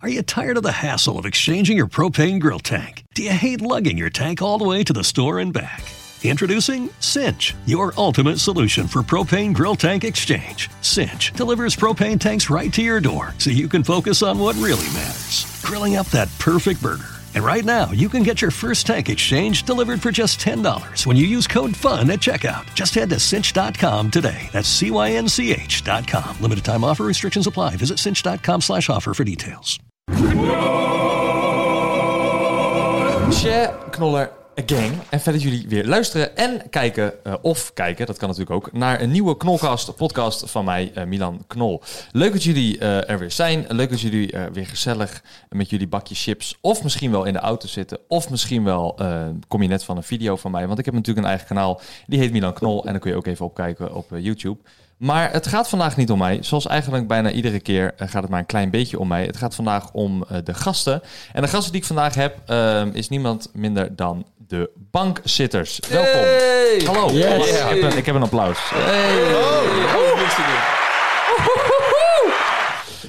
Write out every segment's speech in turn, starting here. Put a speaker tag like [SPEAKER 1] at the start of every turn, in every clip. [SPEAKER 1] Are you tired of the hassle of exchanging your propane grill tank? Do you hate lugging your tank all the way to the store and back? Introducing Cinch, your ultimate solution for propane grill tank exchange. Cinch delivers propane tanks right to your door so you can focus on what really matters grilling up that perfect burger. And right now, you can get your first tank exchange delivered for just $10 when you use code FUN at checkout. Just head to cinch.com today. That's C-Y-N-C-H.com. Limited time offer restrictions apply. Visit cinch.com slash offer for details.
[SPEAKER 2] Share, knoller, gang. En verder jullie weer luisteren en kijken, eh, of kijken, dat kan natuurlijk ook, naar een nieuwe Knolcast podcast van mij, eh, Milan Knol. Leuk dat jullie eh, er weer zijn. Leuk dat jullie eh, weer gezellig met jullie bakje chips, of misschien wel in de auto zitten, of misschien wel eh, kom je net van een video van mij. Want ik heb natuurlijk een eigen kanaal, die heet Milan Knol en daar kun je ook even opkijken op eh, YouTube. Maar het gaat vandaag niet om mij. Zoals eigenlijk bijna iedere keer eh, gaat het maar een klein beetje om mij. Het gaat vandaag om eh, de gasten. En de gasten die ik vandaag heb, ehm, is niemand minder dan de bankzitters. Welkom. Hallo. Ik, heb een, ik heb een applaus.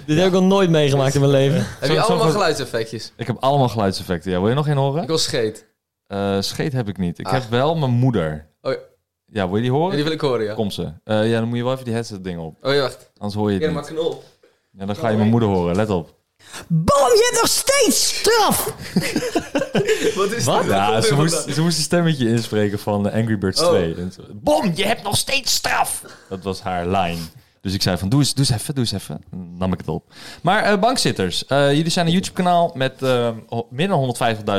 [SPEAKER 3] Dit heb ik nog nooit meegemaakt in mijn leven.
[SPEAKER 4] Heb je
[SPEAKER 2] Zo- zo
[SPEAKER 4] allemaal
[SPEAKER 2] goed.
[SPEAKER 4] geluidseffectjes?
[SPEAKER 2] Ik heb allemaal geluidseffecten. Ja, wil je nog één horen?
[SPEAKER 4] Ik wil scheet.
[SPEAKER 2] Eh, scheet heb ik niet. Ik
[SPEAKER 4] Ah.
[SPEAKER 2] heb wel mijn moeder.
[SPEAKER 4] Oh, ja,
[SPEAKER 2] Ja, wil je die horen?
[SPEAKER 4] die wil ik horen, ja.
[SPEAKER 2] Komt ze. Eh, ja, dan moet je wel even die headset ding op.
[SPEAKER 4] Oh, ja, wacht.
[SPEAKER 2] Anders hoor je
[SPEAKER 4] Ja,
[SPEAKER 2] het
[SPEAKER 4] maar
[SPEAKER 2] niet.
[SPEAKER 4] knol.
[SPEAKER 2] Ja, dan ga je mijn moeder horen. Let op.
[SPEAKER 5] Bam, Oh, je hebt nog steeds straf!
[SPEAKER 4] Wat is dit?
[SPEAKER 2] Ja, ze moest, ze moest een stemmetje inspreken van eh, Angry Birds
[SPEAKER 4] Oh.
[SPEAKER 2] 2. En ze- Bom, je hebt nog steeds straf! Dat was haar line. Dus ik zei van, doe eens, doe eens even, doe eens even. Dan nam ik het op. Maar eh, bankzitters, eh, jullie zijn een YouTube-kanaal met eh, ho- meer dan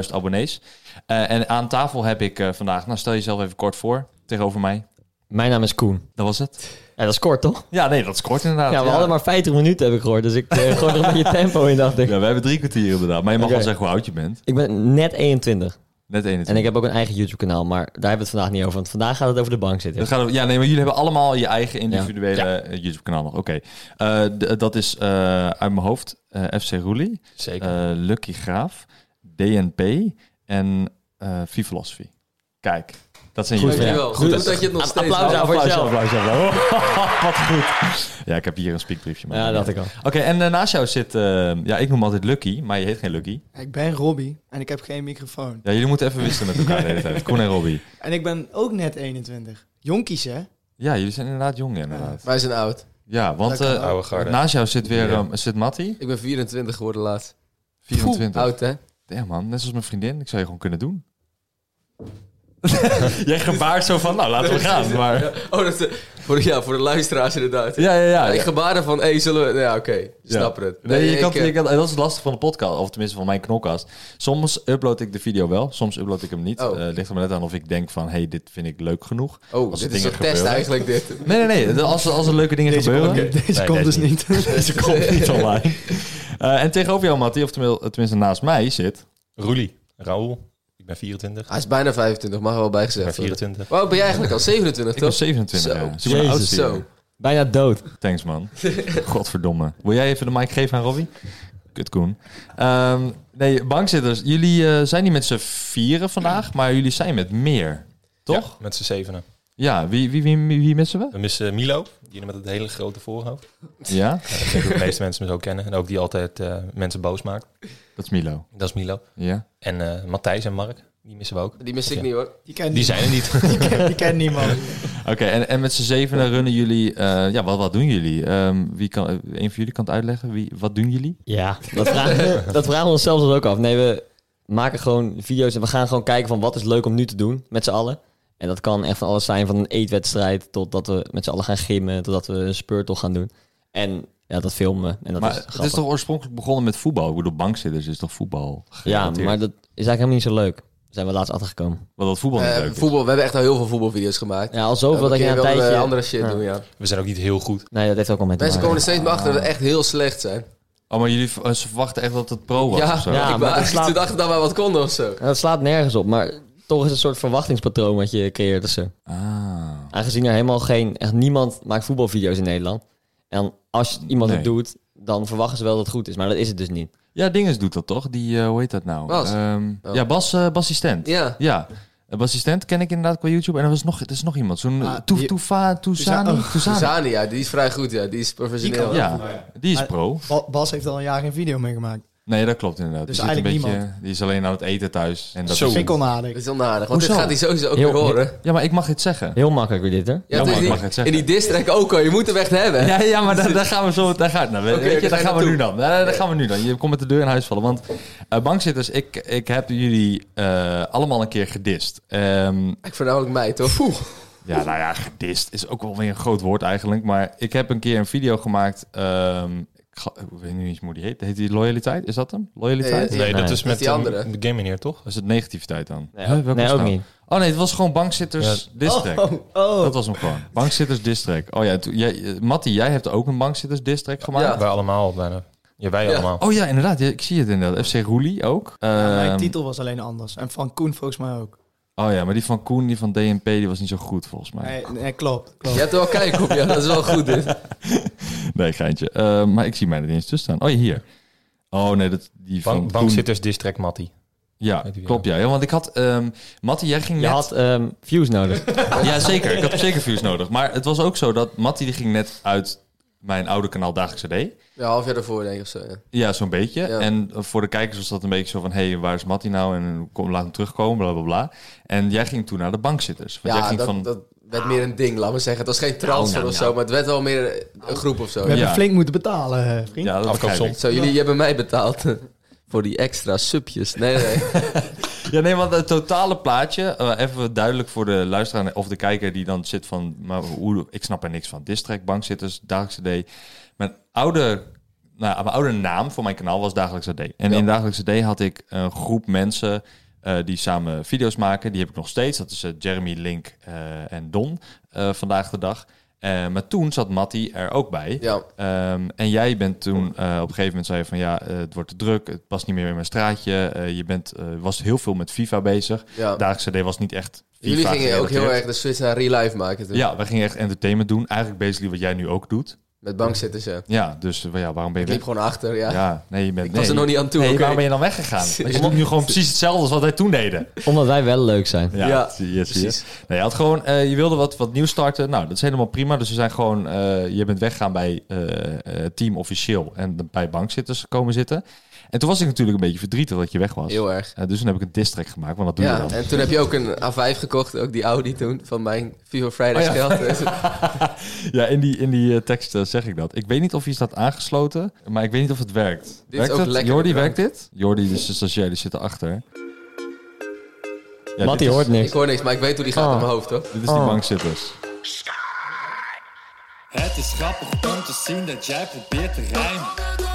[SPEAKER 2] 150.000 abonnees. Eh, en aan tafel heb ik eh, vandaag, nou stel jezelf even kort voor, tegenover mij.
[SPEAKER 3] Mijn naam is Koen.
[SPEAKER 2] Dat was het.
[SPEAKER 3] Ja, dat is kort, toch?
[SPEAKER 2] Ja, nee, dat is kort inderdaad.
[SPEAKER 3] Ja, we hadden maar 50 minuten, heb ik gehoord. Dus ik eh, gooi er een beetje tempo in, dacht ik.
[SPEAKER 2] Ja, we hebben drie kwartier inderdaad. Maar je mag
[SPEAKER 3] Oké.
[SPEAKER 2] wel zeggen hoe oud je bent.
[SPEAKER 3] Ik ben net 21.
[SPEAKER 2] Net 21.
[SPEAKER 3] En ik heb ook een eigen YouTube-kanaal, maar daar hebben we het vandaag niet over. Want vandaag gaat het over de bank zitten.
[SPEAKER 2] Dat gaat, ja, nee, maar jullie hebben allemaal je eigen individuele
[SPEAKER 3] Ja.
[SPEAKER 2] eh, YouTube-kanaal nog. Oké. Eh, d- dat is eh, uit mijn hoofd eh, FC Roelie,
[SPEAKER 3] Zeker.
[SPEAKER 2] eh, Lucky Graaf, DNP en eh V-Philosophy. Kijk, dat zijn
[SPEAKER 3] Goed,
[SPEAKER 2] jullie.
[SPEAKER 3] ja.
[SPEAKER 4] Dankjewel.
[SPEAKER 3] Goed
[SPEAKER 4] Goed
[SPEAKER 3] dat-
[SPEAKER 4] dat je het nog
[SPEAKER 3] Een
[SPEAKER 4] steeds
[SPEAKER 3] applaus
[SPEAKER 4] doet.
[SPEAKER 3] aan voor jezelf.
[SPEAKER 2] applaus, applaus. Wat goed. Ja, ik heb hier een speakbriefje. maar
[SPEAKER 3] Ja,
[SPEAKER 2] niet
[SPEAKER 3] dat
[SPEAKER 2] uit.
[SPEAKER 3] ik al.
[SPEAKER 2] Oké, en eh, naast jou zit, eh, ja, ik noem altijd Lucky, maar je heet geen Lucky.
[SPEAKER 6] Ik ben Robbie en ik heb geen microfoon.
[SPEAKER 2] Ja, jullie moeten even wisselen met elkaar de hele tijd. Koen en Robbie.
[SPEAKER 6] En ik ben ook net 21. Jonkies, hè?
[SPEAKER 2] Ja, jullie zijn inderdaad jong inderdaad.
[SPEAKER 4] Wij zijn oud.
[SPEAKER 2] Ja, want
[SPEAKER 6] Lekker.
[SPEAKER 2] eh,
[SPEAKER 7] Oude garde.
[SPEAKER 2] naast jou zit weer
[SPEAKER 7] Ja.
[SPEAKER 2] eh, zit Matty.
[SPEAKER 4] Ik ben 24 geworden laatst.
[SPEAKER 2] 24.
[SPEAKER 4] Oud, hè?
[SPEAKER 2] Ja man, net zoals mijn vriendin. Ik zou je gewoon kunnen doen. Jij gebaart zo van, nou laten we gaan. Maar...
[SPEAKER 4] Ja. Oh, dat is... Voor, ja, voor de luisteraars inderdaad.
[SPEAKER 2] Ja, ja, ja.
[SPEAKER 4] Ik
[SPEAKER 2] ja.
[SPEAKER 4] gebaren van, hé, zullen we... Ja, oké. Snap het.
[SPEAKER 2] Nee, je
[SPEAKER 4] ik,
[SPEAKER 2] kan,
[SPEAKER 4] eh,
[SPEAKER 2] je kan, dat is lastig van de podcast, of tenminste van mijn knolkast. Soms upload ik de video wel, soms upload ik hem niet. Eh
[SPEAKER 4] Oh.
[SPEAKER 2] ligt er maar net aan of ik denk van, hey, dit vind ik leuk genoeg.
[SPEAKER 4] Oh,
[SPEAKER 2] Als
[SPEAKER 4] dit
[SPEAKER 2] er
[SPEAKER 4] is een
[SPEAKER 2] dingen
[SPEAKER 4] test
[SPEAKER 2] gebeuren.
[SPEAKER 4] eigenlijk, dit.
[SPEAKER 2] Nee, nee, nee. Als, er- als er leuke dingen
[SPEAKER 6] Deze
[SPEAKER 2] gebeuren...
[SPEAKER 6] komt, deze
[SPEAKER 2] Nee,
[SPEAKER 6] komt dus
[SPEAKER 2] deze
[SPEAKER 6] niet.
[SPEAKER 2] Deze komt niet online. Eh, en tegenover jou, Mattie, of tenminste, tenminste naast mij zit...
[SPEAKER 7] Roelie, Raoul, ik ben 24.
[SPEAKER 4] Hij is bijna 25, mag er wel
[SPEAKER 7] Ik ben
[SPEAKER 4] bijgezegd worden.
[SPEAKER 7] 24.
[SPEAKER 4] Wow, ben jij eigenlijk al 27,
[SPEAKER 2] Ik ben
[SPEAKER 4] toch?
[SPEAKER 2] 27
[SPEAKER 4] Zo.
[SPEAKER 2] jaar. Dus ik ben de
[SPEAKER 3] Jezus.
[SPEAKER 2] oudste hier.
[SPEAKER 4] Zo.
[SPEAKER 3] Bijna dood.
[SPEAKER 2] Thanks, man. Godverdomme. Wil jij even de mic geven aan Robbie? Kut, Koen. Ehm, nee, bankzitters. Jullie eh, zijn niet met z'n vieren vandaag, maar jullie zijn met meer. Toch?
[SPEAKER 7] Ja, met z'n zevenen.
[SPEAKER 2] Ja, wie, wie, wie, wie missen we?
[SPEAKER 7] We missen Milo, die met het hele grote voorhoofd.
[SPEAKER 2] Ja,
[SPEAKER 7] Ja, ik denk dat de meeste mensen hem zo kennen. En ook die altijd eh, mensen boos maakt.
[SPEAKER 2] dat is Milo.
[SPEAKER 7] Dat is Milo.
[SPEAKER 2] Ja.
[SPEAKER 7] En eh, Matthijs en Mark, die missen we ook.
[SPEAKER 4] Die mis ik
[SPEAKER 7] Ja.
[SPEAKER 4] niet, hoor.
[SPEAKER 6] Die kent
[SPEAKER 7] Die
[SPEAKER 6] die
[SPEAKER 7] zijn er niet.
[SPEAKER 6] die kent niemand.
[SPEAKER 2] Oké, en, en met z'n zevenen runnen jullie... eh, ja, wat, wat doen jullie? Ehm, wie kan, een van jullie kan het uitleggen. Wie, wat doen jullie?
[SPEAKER 3] Ja, dat vragen, we- dat vragen we onszelf dus ook af. Nee, we maken gewoon video's en we gaan gewoon kijken van wat is leuk om nu te doen met z'n allen. En dat kan echt van alles zijn, van een eetwedstrijd totdat we met z'n allen gaan gimmen, totdat we een speurtocht gaan doen. En ja, dat filmen. En dat
[SPEAKER 2] maar
[SPEAKER 3] is
[SPEAKER 2] het
[SPEAKER 3] grappig.
[SPEAKER 2] is toch oorspronkelijk begonnen met voetbal? Ik bedoel, bankzitters is toch voetbal?
[SPEAKER 3] ja,
[SPEAKER 2] gerelateerd?
[SPEAKER 3] maar dat is eigenlijk helemaal niet zo leuk. Daar zijn we laatst achtergekomen.
[SPEAKER 2] Want dat voetbal niet
[SPEAKER 4] Eh,
[SPEAKER 2] leuk is.
[SPEAKER 4] voetbal, we hebben echt al heel veel voetbalvideo's gemaakt.
[SPEAKER 3] Ja, al zoveel dat je na
[SPEAKER 4] wel
[SPEAKER 3] een
[SPEAKER 4] eh,
[SPEAKER 3] tijdje...
[SPEAKER 4] andere shit
[SPEAKER 3] Ja.
[SPEAKER 4] doen, ja.
[SPEAKER 7] We zijn ook niet heel goed.
[SPEAKER 3] Nee, dat heeft ook al met te
[SPEAKER 4] Mensen komen
[SPEAKER 3] maken.
[SPEAKER 4] er steeds meer achter dat we echt heel slecht zijn.
[SPEAKER 2] Oh, maar jullie eh, ze verwachten echt dat het pro was
[SPEAKER 4] Ja,
[SPEAKER 2] of zo?
[SPEAKER 3] Ja,
[SPEAKER 4] ik
[SPEAKER 3] maar dat
[SPEAKER 4] dacht
[SPEAKER 3] slaat-
[SPEAKER 4] toen dachten dat wij wat konden of zo.
[SPEAKER 3] En dat slaat nergens op, maar toch is het een soort verwachtingspatroon wat je creëert. Dus, eh,
[SPEAKER 2] Ah.
[SPEAKER 3] Aangezien er helemaal geen, echt niemand maakt voetbalvideo's in Nederland. En als iemand
[SPEAKER 2] Nee.
[SPEAKER 3] het doet, dan verwachten ze wel dat het goed is. Maar dat is het dus niet.
[SPEAKER 2] Ja, Dinges doet dat toch? Die, eh, hoe heet dat nou?
[SPEAKER 4] Bas.
[SPEAKER 2] Ehm,
[SPEAKER 4] Oh.
[SPEAKER 2] Ja, Bas, eh Bas Stent.
[SPEAKER 4] Ja.
[SPEAKER 2] Ja. Eh, Bas Stent ken ik inderdaad qua YouTube. En er, was nog, er is nog iemand. Zo'n
[SPEAKER 6] Ah,
[SPEAKER 2] Toef
[SPEAKER 6] die-
[SPEAKER 2] Toefa Toezani. Toezani.
[SPEAKER 4] Zani, ja, die is vrij goed, ja. Die is professioneel.
[SPEAKER 6] Die kan-
[SPEAKER 2] Ja, die is pro.
[SPEAKER 6] Ba- Bas heeft al een jaar geen video meegemaakt.
[SPEAKER 2] Nee, dat klopt inderdaad.
[SPEAKER 6] Dus
[SPEAKER 2] die, zit een
[SPEAKER 6] eigenlijk
[SPEAKER 2] beetje, die is alleen aan het eten thuis. En dat
[SPEAKER 7] Zo.
[SPEAKER 2] is-
[SPEAKER 6] Vind ik
[SPEAKER 4] Dat
[SPEAKER 6] onaardig.
[SPEAKER 4] is onaardig, want dit
[SPEAKER 2] Hoezo?
[SPEAKER 4] gaat hij sowieso ook
[SPEAKER 3] Heel-
[SPEAKER 4] weer horen.
[SPEAKER 2] Ja, maar ik mag dit zeggen.
[SPEAKER 3] Heel makkelijk weer dit, hè?
[SPEAKER 4] Ja,
[SPEAKER 2] Jammer,
[SPEAKER 4] het is
[SPEAKER 2] ik mag
[SPEAKER 4] niet-
[SPEAKER 2] het
[SPEAKER 4] in
[SPEAKER 2] zeggen.
[SPEAKER 4] die distrek ook al, je moet hem echt hebben.
[SPEAKER 2] Ja, ja, maar daar, daar gaan we zo daar gaat, nou, weet
[SPEAKER 4] Oké,
[SPEAKER 2] je,
[SPEAKER 4] daar
[SPEAKER 2] daar
[SPEAKER 4] ga je
[SPEAKER 2] gaan we nu
[SPEAKER 4] naartoe.
[SPEAKER 2] dan. Daar, daar gaan we nu dan. Je komt met de deur in huis vallen. Want eh, bankzitters, ik, ik heb jullie eh, allemaal een keer gedist. Ehm,
[SPEAKER 4] Ik voornamelijk mij, toch?
[SPEAKER 2] ja, nou ja, gedist is ook wel weer een groot woord eigenlijk. Maar ik heb een keer een video gemaakt. ehm, ik, ga- ik weet nu niet hoe die heet. Heet die loyaliteit? Is dat hem? Loyaliteit?
[SPEAKER 4] Nee,
[SPEAKER 7] Nee, dat
[SPEAKER 3] Nee.
[SPEAKER 7] is met
[SPEAKER 4] die andere.
[SPEAKER 7] ehm, de game meneer, toch?
[SPEAKER 2] Was het negativiteit dan?
[SPEAKER 3] Nee,
[SPEAKER 2] Huh, welke
[SPEAKER 3] nee,
[SPEAKER 2] was
[SPEAKER 3] ook
[SPEAKER 2] het nou?
[SPEAKER 3] niet.
[SPEAKER 2] Oh nee, het was gewoon bankzitters district.
[SPEAKER 6] Oh,
[SPEAKER 2] Dat was hem gewoon. Bankzitters district. Oh ja, toen- jij, eh, Matty, jij hebt ook een bankzitters district gemaakt.
[SPEAKER 4] Ja.
[SPEAKER 7] Wij allemaal bijna. Ja, wij
[SPEAKER 4] Ja.
[SPEAKER 7] allemaal.
[SPEAKER 2] Oh ja, inderdaad. Ja, ik zie het inderdaad. FC Roelie ook.
[SPEAKER 6] mijn
[SPEAKER 2] Ehm,
[SPEAKER 6] titel was alleen anders. En Frank Koen volgens mij ook.
[SPEAKER 2] Oh ja, maar die van Koen, die van DNP, die was niet zo goed volgens mij.
[SPEAKER 6] Nee, nee klopt. klopt.
[SPEAKER 4] Je hebt er wel kijk op, ja, dat is wel goed dit.
[SPEAKER 2] Nee, geintje. Eh, maar ik zie mij er niet eens tussen staan. Oh ja, hier. Oh nee, dat, die van
[SPEAKER 7] Bank,
[SPEAKER 2] Koen-
[SPEAKER 7] bankzitters District Matty.
[SPEAKER 2] Ja,
[SPEAKER 7] Weet u wie
[SPEAKER 2] klopt ja. ja. Want ik had... ehm Matty, jij ging
[SPEAKER 3] Je
[SPEAKER 2] net...
[SPEAKER 3] had ehm, views nodig.
[SPEAKER 2] Ja, zeker. Ik had zeker views nodig. Maar het was ook zo dat Matty, die ging net uit mijn oude kanaal Dagelijkse D.
[SPEAKER 4] Ja, half jaar daarvoor denk ik of zo. Ja.
[SPEAKER 2] Ja, zo'n beetje.
[SPEAKER 4] Ja.
[SPEAKER 2] En eh, voor de kijkers was dat een beetje zo van... hé, hey, waar is Matty nou? En kom, laat hem terugkomen, bla, bla, bla. En jij ging toen naar de bankzitters. Want jij
[SPEAKER 4] Ja,
[SPEAKER 2] ging
[SPEAKER 4] dat,
[SPEAKER 2] van...
[SPEAKER 4] dat werd meer een ding, laat maar zeggen. Het was geen transfer
[SPEAKER 3] Nou, nou,
[SPEAKER 4] of zo,
[SPEAKER 3] nou.
[SPEAKER 4] maar het werd wel meer een groep of zo.
[SPEAKER 6] We hebben
[SPEAKER 2] Ja.
[SPEAKER 6] flink moeten betalen, eh, vriend.
[SPEAKER 2] ja, dat begrijp
[SPEAKER 7] Afkoopsom.
[SPEAKER 2] ik.
[SPEAKER 4] Zo, jullie hebben mij betaald voor die extra subjes. Nee, nee.
[SPEAKER 2] Ja, nee, want het totale plaatje, eh, even duidelijk voor de luisteraar of de kijker die dan zit van, maar hoe, ik snap er niks van. District, bankzitters, dagelijkse D. Mijn oude, nou, mijn oude naam voor mijn kanaal was Dagelijkse D. En
[SPEAKER 4] Ja.
[SPEAKER 2] in Dagelijkse D had ik een groep mensen eh, die samen video's maken. Die heb ik nog steeds. Dat is eh, Jeremy, Link eh, en Don eh, vandaag de dag. Eh, maar toen zat Matty er ook bij.
[SPEAKER 4] Ja,
[SPEAKER 2] Ehm, en jij bent toen eh, op een gegeven moment zei je van ja, eh, het wordt te druk, het past niet meer in mijn straatje. Eh, je bent, eh, was heel veel met FIFA bezig.
[SPEAKER 4] ja.
[SPEAKER 2] Daagse D was niet echt. FIFA
[SPEAKER 4] jullie gingen ook heel
[SPEAKER 2] gerelateerd.
[SPEAKER 4] erg de switch naar real life maken toen.
[SPEAKER 2] Ja, wij gingen echt entertainment doen. Eigenlijk basically wat jij nu ook doet.
[SPEAKER 4] Met bankzitters, ja.
[SPEAKER 2] Ja, dus eh, ja, waarom ben je
[SPEAKER 4] Ik liep
[SPEAKER 2] weg?
[SPEAKER 4] gewoon achter, ja.
[SPEAKER 2] Ja, nee, je bent.
[SPEAKER 4] Ik
[SPEAKER 2] nee,
[SPEAKER 4] was er nog niet aan toe.
[SPEAKER 2] Nee,
[SPEAKER 4] oké.
[SPEAKER 2] waarom ben je dan weggegaan? Want je doet nu gewoon precies hetzelfde als wat wij toen deden.
[SPEAKER 3] Omdat wij wel leuk zijn.
[SPEAKER 2] Ja,
[SPEAKER 4] Ja,
[SPEAKER 2] zie je, zie je.
[SPEAKER 4] Precies.
[SPEAKER 2] Nee, je had gewoon, eh, je wilde wat, wat nieuws starten. Nou, dat is helemaal prima. Dus we zijn gewoon, eh, je bent weggegaan bij eh, eh, team officieel en bij bankzitters komen zitten. En toen was ik natuurlijk een beetje verdrietig dat je weg was.
[SPEAKER 4] Heel erg.
[SPEAKER 2] Eh, dus toen heb ik een district gemaakt, want dat doe je
[SPEAKER 4] Ja,
[SPEAKER 2] dan.
[SPEAKER 4] en toen heb je ook een A5 gekocht, ook die Audi toen, van mijn FIFA Fridays
[SPEAKER 2] Oh ja.
[SPEAKER 4] geld. Dus-
[SPEAKER 2] Ja, in die, in die eh, tekst eh, zeg ik dat. Ik weet niet of je staat aangesloten, maar ik weet niet of het werkt.
[SPEAKER 4] is
[SPEAKER 2] werkt
[SPEAKER 4] ook
[SPEAKER 2] het?
[SPEAKER 4] lekker
[SPEAKER 2] Jordi,
[SPEAKER 4] bedankt.
[SPEAKER 2] werkt dit? Jordi, dus de stagiair, die zit erachter. Ja,
[SPEAKER 3] Matty
[SPEAKER 2] dit is-
[SPEAKER 3] hoort niks.
[SPEAKER 4] Dus Ik hoor niks, maar ik weet hoe die
[SPEAKER 2] Oh.
[SPEAKER 4] gaat in mijn hoofd, hoor.
[SPEAKER 2] Dit is die bankzitters.
[SPEAKER 8] Het is grappig om te zien dat jij probeert te rijmen.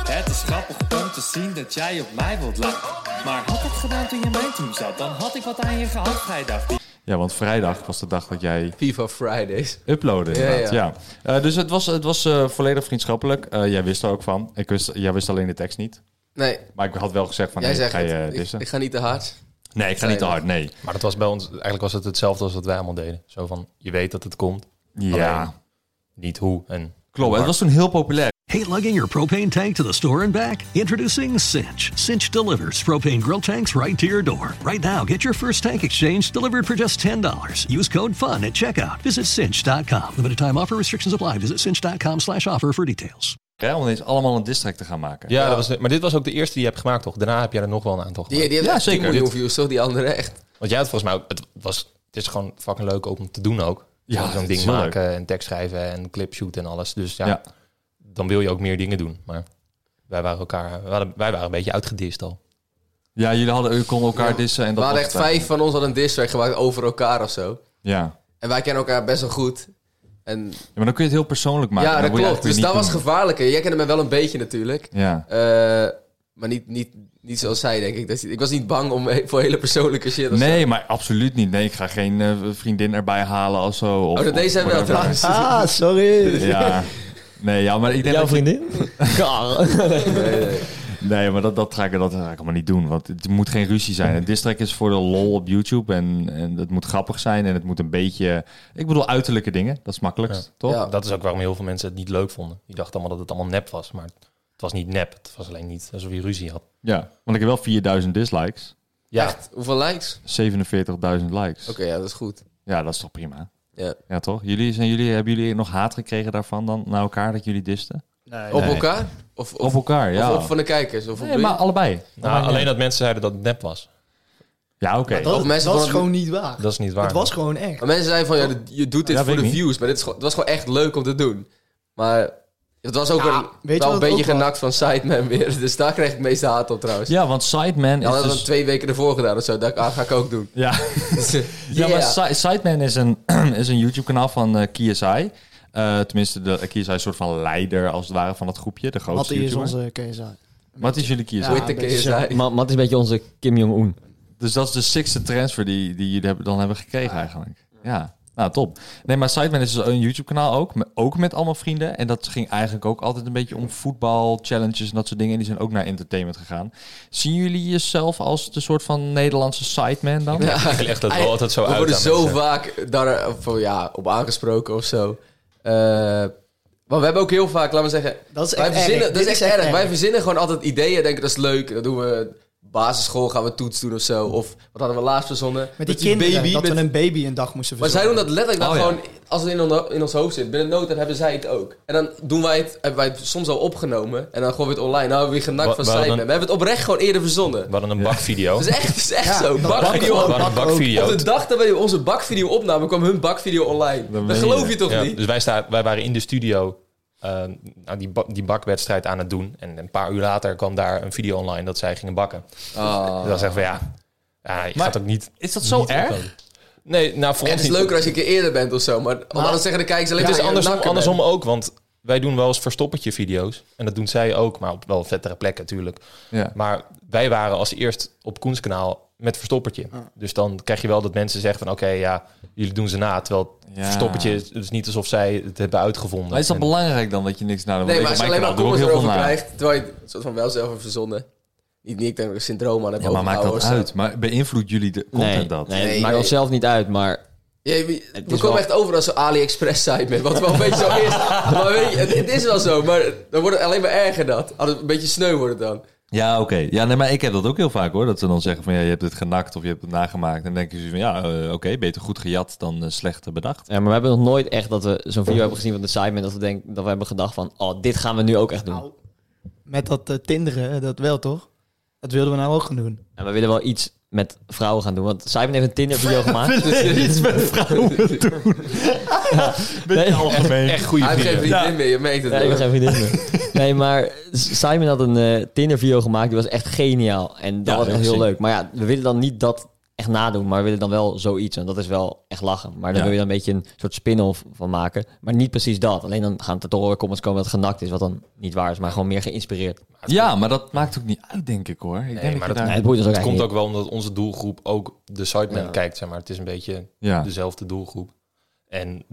[SPEAKER 8] Het is grappig om te zien dat jij op mij wilt lijken. Maar had ik gedaan toen je in mijn team zat, dan had ik wat aan je gehad vrijdag.
[SPEAKER 2] Ja, want vrijdag was de dag dat jij
[SPEAKER 4] FIFA Fridays.
[SPEAKER 2] Uploaden, inderdaad, ja.
[SPEAKER 4] Ja,
[SPEAKER 2] Eh, dus het was, het was eh, volledig vriendschappelijk. Eh, jij wist er ook van. Ik wist, jij wist alleen de tekst niet.
[SPEAKER 4] Nee,
[SPEAKER 2] Maar ik had wel gezegd van,
[SPEAKER 4] jij
[SPEAKER 2] hey,
[SPEAKER 4] zegt
[SPEAKER 2] ga je
[SPEAKER 4] het. Ik,
[SPEAKER 2] dissen?
[SPEAKER 4] ik ga niet te hard.
[SPEAKER 2] nee, ik ga
[SPEAKER 4] zei
[SPEAKER 2] niet te
[SPEAKER 4] dat.
[SPEAKER 2] hard, nee.
[SPEAKER 7] Maar dat was bij ons, eigenlijk was het hetzelfde als wat wij allemaal deden. Zo van, je weet dat het komt,
[SPEAKER 2] Ja,
[SPEAKER 7] Alleen. niet hoe en...
[SPEAKER 2] klopt. Het was toen heel populair.
[SPEAKER 1] Hate lugging your propane tank to the store and back? Introducing Cinch. Cinch delivers propane grill tanks right to your door. Right now, get your first tank exchange delivered for just $10. Use code FUN at checkout. Visit cinch.com. Limited time offer restrictions apply. Visit cinch.com slash offer for details.
[SPEAKER 2] Hè, om ineens allemaal een district te gaan maken.
[SPEAKER 7] Ja, Dat was, maar dit was ook de eerste die je hebt gemaakt, toch? Daarna heb jij er nog wel een aantal
[SPEAKER 4] Die,
[SPEAKER 7] gemaakt.
[SPEAKER 4] die heeft
[SPEAKER 2] Ja,
[SPEAKER 4] echt 10
[SPEAKER 2] zeker.
[SPEAKER 4] miljoen
[SPEAKER 2] Dit-
[SPEAKER 4] views, toch? Die andere echt.
[SPEAKER 7] Want jij had volgens mij ook, het, was, het is gewoon fucking leuk om te doen ook.
[SPEAKER 2] Ja,
[SPEAKER 7] Zo'n-
[SPEAKER 2] het
[SPEAKER 7] Zo'n
[SPEAKER 2] is
[SPEAKER 7] ding
[SPEAKER 2] heel
[SPEAKER 7] maken en tekst schrijven en clip shooten en alles. Dus ja,
[SPEAKER 2] Ja.
[SPEAKER 7] dan wil je ook meer dingen doen. Maar wij waren elkaar, wij waren, wij waren een beetje uitgedist al.
[SPEAKER 2] Ja, jullie hadden, jullie konden elkaar
[SPEAKER 4] Ja.
[SPEAKER 2] dissen. En
[SPEAKER 4] We
[SPEAKER 2] dat
[SPEAKER 4] hadden
[SPEAKER 2] was
[SPEAKER 4] echt
[SPEAKER 2] het.
[SPEAKER 4] vijf van ons hadden een distrack gemaakt over elkaar of zo.
[SPEAKER 2] Ja. ja,
[SPEAKER 4] En wij kennen elkaar best wel goed. En,
[SPEAKER 2] maar dan kun je het heel persoonlijk maken.
[SPEAKER 4] ja,
[SPEAKER 2] Dan
[SPEAKER 4] dat
[SPEAKER 2] moet je
[SPEAKER 4] klopt. Dus
[SPEAKER 2] eigenlijk
[SPEAKER 4] dat
[SPEAKER 2] weer
[SPEAKER 4] was
[SPEAKER 2] niet
[SPEAKER 4] gevaarlijker. Jij kende mij wel een beetje natuurlijk.
[SPEAKER 2] doen. Ja.
[SPEAKER 4] Eh, maar niet, niet, niet zoals zij, denk ik. Dat, ik was niet bang om he- voor hele persoonlijke shit. of zo.
[SPEAKER 2] Nee, maar absoluut niet. Nee, ik ga geen eh, vriendin erbij halen of zo. Of,
[SPEAKER 4] Oh, dat deed
[SPEAKER 2] of
[SPEAKER 4] zij wel
[SPEAKER 2] whatever.
[SPEAKER 4] trouwens.
[SPEAKER 6] Ah, sorry.
[SPEAKER 2] Ja. Nee, ja, maar ik denk
[SPEAKER 3] Jouw
[SPEAKER 2] dat je-
[SPEAKER 3] vriendin? Ja.
[SPEAKER 2] Nee, maar dat, dat, ga ik, dat ga ik allemaal niet doen. Want het moet geen ruzie zijn. Het distrack is voor de lol op YouTube. En, en het moet grappig zijn. En het moet een beetje... Ik bedoel, uiterlijke dingen. Dat is makkelijkst, toch?
[SPEAKER 4] Ja.
[SPEAKER 7] Dat is ook waarom heel veel mensen het niet leuk vonden. Die dachten allemaal dat het allemaal nep was. Maar het was niet nep. Het was alleen niet alsof je ruzie had.
[SPEAKER 2] Ja. Want ik heb wel 4000 dislikes.
[SPEAKER 7] Ja,
[SPEAKER 4] Echt? Hoeveel likes?
[SPEAKER 2] 47.000 likes.
[SPEAKER 4] Oké, ja, dat is goed.
[SPEAKER 2] Ja, dat is toch prima?
[SPEAKER 4] Ja.
[SPEAKER 2] Ja, toch? Jullie, zijn jullie, hebben jullie nog haat gekregen daarvan dan naar elkaar dat jullie disten?
[SPEAKER 6] Nee,
[SPEAKER 4] Op
[SPEAKER 2] Nee.
[SPEAKER 4] elkaar? Of,
[SPEAKER 2] Op
[SPEAKER 4] of, of,
[SPEAKER 2] elkaar, ja.
[SPEAKER 4] op van de kijkers? Of, op
[SPEAKER 2] nee, maar allebei.
[SPEAKER 7] Nou,
[SPEAKER 2] maakt niet
[SPEAKER 7] alleen
[SPEAKER 2] uit.
[SPEAKER 7] dat mensen zeiden dat het nep was.
[SPEAKER 2] Ja, oké.
[SPEAKER 6] dat,
[SPEAKER 4] Of mensen
[SPEAKER 6] dat is
[SPEAKER 4] vonden-
[SPEAKER 6] gewoon niet waar.
[SPEAKER 7] Dat is niet waar.
[SPEAKER 6] Het was gewoon echt.
[SPEAKER 4] maar mensen zeiden van, ja, dit- je doet dit
[SPEAKER 2] Ja,
[SPEAKER 4] voor
[SPEAKER 2] weet
[SPEAKER 4] de
[SPEAKER 2] ik niet.
[SPEAKER 4] views. Maar dit is, gewoon- het was gewoon echt leuk om te doen. Maar het was ook
[SPEAKER 6] Ja,
[SPEAKER 4] wel-
[SPEAKER 6] weet je
[SPEAKER 4] wel
[SPEAKER 6] wat
[SPEAKER 4] een
[SPEAKER 6] het
[SPEAKER 4] beetje
[SPEAKER 6] ook was?
[SPEAKER 4] genakt van Sideman weer. Dus daar kreeg ik het meeste haat op trouwens. Ja,
[SPEAKER 2] Ja, want Sideman
[SPEAKER 4] dat
[SPEAKER 2] is
[SPEAKER 4] hadden we
[SPEAKER 2] dus...
[SPEAKER 4] twee weken ervoor gedaan of zo. Dat ah, ga ik ook doen.
[SPEAKER 2] Ja.
[SPEAKER 4] Dus, eh,
[SPEAKER 2] Ja, maar
[SPEAKER 4] yeah.
[SPEAKER 2] Si- Sideman is een, is een YouTube-kanaal van eh KSI. Eh, tenminste, de, KSI is een soort van leider, als het ware, van dat groepje. De
[SPEAKER 6] Wat
[SPEAKER 2] grootste
[SPEAKER 6] is
[SPEAKER 2] YouTuber.
[SPEAKER 6] onze KSI?
[SPEAKER 2] Wat is jullie KSI?
[SPEAKER 6] Ja,
[SPEAKER 4] With the
[SPEAKER 6] dat is,
[SPEAKER 4] KSI.
[SPEAKER 3] Ma- Matt is een beetje onze Kim Jong-un.
[SPEAKER 2] Dus dat is de sixte transfer die, die jullie hebben, dan hebben gekregen eigenlijk. Ja, nou top. Nee, maar Sideman is dus een YouTube-kanaal ook. met- Ook met allemaal vrienden. En dat ging eigenlijk ook altijd een beetje om voetbal, challenges en dat soort dingen. En die zijn ook naar entertainment gegaan. Zien jullie jezelf als de soort van Nederlandse Sideman dan?
[SPEAKER 4] Ja.
[SPEAKER 7] Ik leg dat wel altijd zo
[SPEAKER 4] We
[SPEAKER 7] uit
[SPEAKER 4] worden
[SPEAKER 7] aan
[SPEAKER 4] zo
[SPEAKER 7] mensen.
[SPEAKER 4] vaak daar eh, van, ja, op aangesproken of zo. Eh, maar we hebben ook heel vaak, laten we zeggen...
[SPEAKER 6] Dat is echt
[SPEAKER 4] Wij
[SPEAKER 6] erg.
[SPEAKER 4] verzinnen,
[SPEAKER 6] Dit
[SPEAKER 4] Dat is echt erg. Wij verzinnen gewoon altijd ideeën. Denken dat is leuk. Dat doen we basisschool, gaan we toets doen of zo. Of wat hadden we laatst verzonnen?
[SPEAKER 6] Met die
[SPEAKER 4] Dat
[SPEAKER 6] kinderen, dat
[SPEAKER 4] met-
[SPEAKER 6] we een baby een dag moesten
[SPEAKER 4] Maar zij doen
[SPEAKER 6] verzorgen.
[SPEAKER 4] dat letterlijk dan
[SPEAKER 2] Oh, ja.
[SPEAKER 4] gewoon... Als het in, on- in ons hoofd zit, binnen nood hebben zij het ook. En dan doen wij het, hebben wij het soms al opgenomen. En dan gooien we het online. Nou, we weer genakt
[SPEAKER 7] Wa-
[SPEAKER 4] van
[SPEAKER 7] wa-
[SPEAKER 4] zijn.
[SPEAKER 7] dan-
[SPEAKER 4] We hebben het oprecht gewoon eerder verzonnen.
[SPEAKER 7] We hadden een bakvideo.
[SPEAKER 4] Dat is echt, dat is echt
[SPEAKER 6] Ja,
[SPEAKER 4] zo.
[SPEAKER 6] dat
[SPEAKER 4] Bak,
[SPEAKER 6] bak-
[SPEAKER 4] video
[SPEAKER 7] We
[SPEAKER 6] bak-
[SPEAKER 7] hadden een
[SPEAKER 6] bak-
[SPEAKER 7] bakvideo.
[SPEAKER 4] op de dag dat wij onze bakvideo opnamen, kwam hun bakvideo online.
[SPEAKER 2] Dat
[SPEAKER 4] Dat,
[SPEAKER 2] meen
[SPEAKER 4] geloof
[SPEAKER 2] je.
[SPEAKER 4] je toch
[SPEAKER 7] Ja,
[SPEAKER 4] niet?
[SPEAKER 7] Dus wij, sta, wij waren in de studio eh, nou, die, ba- die bakwedstrijd aan het doen. En een paar uur later kwam daar een video online dat zij gingen bakken. Dus dan zeggen we ja, ja je
[SPEAKER 2] Ah. Maar-
[SPEAKER 7] gaat ook niet...
[SPEAKER 2] Is dat zo
[SPEAKER 7] niet
[SPEAKER 2] erg?
[SPEAKER 7] uploaden. Nee, nou voor
[SPEAKER 4] Ja,
[SPEAKER 7] ons
[SPEAKER 4] het is
[SPEAKER 7] niet.
[SPEAKER 4] leuker als je een keer eerder bent of zo. Maar, want anders zeggen de kijkers alleen
[SPEAKER 7] Het is
[SPEAKER 4] maar
[SPEAKER 7] andersom, andersom ook, want wij doen wel eens verstoppertje video's. En dat doen zij ook, maar op wel vettere plekken natuurlijk.
[SPEAKER 2] Ja.
[SPEAKER 7] Maar wij waren als eerst op Koens kanaal met verstoppertje.
[SPEAKER 2] Ah.
[SPEAKER 7] Dus dan krijg je wel dat mensen zeggen van oké, ja, jullie doen ze na. Terwijl het
[SPEAKER 2] Ja.
[SPEAKER 7] verstoppertje is dus niet alsof zij het hebben uitgevonden.
[SPEAKER 2] Maar is dat
[SPEAKER 7] En-
[SPEAKER 2] belangrijk dan dat je niks naar de
[SPEAKER 4] Nee,
[SPEAKER 2] want
[SPEAKER 4] maar
[SPEAKER 2] ik
[SPEAKER 4] als
[SPEAKER 2] op
[SPEAKER 4] je alleen
[SPEAKER 2] mijn
[SPEAKER 4] maar
[SPEAKER 2] kanaal
[SPEAKER 4] comments
[SPEAKER 2] doe ik heel
[SPEAKER 4] erover
[SPEAKER 2] veel na.
[SPEAKER 4] krijgt, terwijl je het soort van wel zelf hebt verzonnen. Niet, niet ik denk dat ik een syndroom aan heb
[SPEAKER 2] Ja, maar maakt
[SPEAKER 4] overgehouden
[SPEAKER 2] dat
[SPEAKER 4] of zo.
[SPEAKER 2] uit? Maar beïnvloedt jullie de content
[SPEAKER 3] Nee,
[SPEAKER 2] dat?
[SPEAKER 3] nee,
[SPEAKER 4] Nee,
[SPEAKER 3] maakt
[SPEAKER 4] nee.
[SPEAKER 3] ons zelf niet uit, maar
[SPEAKER 4] Ja, we we komen
[SPEAKER 3] is wel-
[SPEAKER 4] echt over als een AliExpress site met wat wel een beetje zo is. Maar weet je, het, het is wel zo, maar dan wordt het alleen maar erger dat. Als het een beetje sneu wordt het dan.
[SPEAKER 2] Ja, oké. Ja, nee, maar ik heb dat ook heel vaak hoor. Dat ze dan zeggen van ja, je hebt het genakt of je hebt het nagemaakt. En dan denk je zo van ja, eh, oké, beter goed gejat dan eh, slecht eh, bedacht.
[SPEAKER 3] Ja, maar we hebben nog nooit echt dat we zo'n video hebben gezien van de Simon dat we denken dat we hebben gedacht van oh dit gaan we nu ook echt doen.
[SPEAKER 6] Au. Met dat eh, tinderen, dat wel toch? Dat wilden we nou ook gaan doen.
[SPEAKER 3] En we willen wel iets met vrouwen gaan doen, want Simon heeft een Tinder video gemaakt. dus-
[SPEAKER 2] Iets met vrouwen doen.
[SPEAKER 3] nee,
[SPEAKER 2] algemeen.
[SPEAKER 7] Echt goede
[SPEAKER 4] Hij heeft geen
[SPEAKER 7] video.
[SPEAKER 4] vriendin meer, je merkt het
[SPEAKER 3] nee, ik
[SPEAKER 4] wel.
[SPEAKER 3] was even niet meer. Nee, maar Simon had een eh, Tinder video gemaakt, die was echt geniaal en dat
[SPEAKER 2] Ja,
[SPEAKER 3] was
[SPEAKER 2] dat
[SPEAKER 3] echt heel
[SPEAKER 2] zie ik.
[SPEAKER 3] leuk. Maar ja, we willen dan niet dat echt nadoen, maar we willen dan wel zoiets en dat is wel echt lachen. Maar dan
[SPEAKER 2] Ja.
[SPEAKER 3] wil je dan een beetje een soort spin-off van maken, maar niet precies dat. Alleen dan gaan er toch wel comments komen dat het genakt is, wat dan niet waar is, maar gewoon meer geïnspireerd.
[SPEAKER 2] Ja, maar dat maakt ook niet uit, denk ik hoor. Ik denk
[SPEAKER 7] maar
[SPEAKER 2] je
[SPEAKER 7] dat-
[SPEAKER 2] daar-
[SPEAKER 3] Nee, het boeit ons ook
[SPEAKER 7] Het
[SPEAKER 3] eigenlijk
[SPEAKER 7] komt
[SPEAKER 3] niet.
[SPEAKER 7] ook wel omdat onze doelgroep ook de Sideman
[SPEAKER 4] Ja.
[SPEAKER 7] kijkt, zeg maar. Het is een beetje
[SPEAKER 2] Ja.
[SPEAKER 7] dezelfde doelgroep. En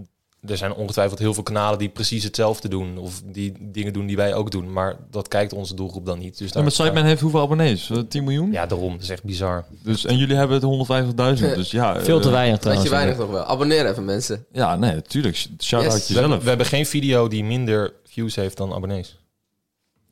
[SPEAKER 7] er zijn ongetwijfeld heel veel kanalen die precies hetzelfde doen. Of die dingen doen die wij ook doen. Maar dat kijkt onze doelgroep dan niet. Dus
[SPEAKER 2] Ja,
[SPEAKER 7] daar,
[SPEAKER 2] maar Sideman heeft hoeveel abonnees? Eh, 10 miljoen?
[SPEAKER 7] Ja, daarom. Dat is echt bizar.
[SPEAKER 2] Dus, en jullie hebben het 150.000. Dus ja, eh,
[SPEAKER 3] Veel te weinig
[SPEAKER 4] Dat
[SPEAKER 3] trouwens.
[SPEAKER 4] je weinig nog wel. Abonneer even mensen.
[SPEAKER 2] Ja, nee, natuurlijk. Shout-out
[SPEAKER 4] Yes.
[SPEAKER 7] We,
[SPEAKER 2] jezelf.
[SPEAKER 7] we hebben geen video die minder views heeft dan abonnees.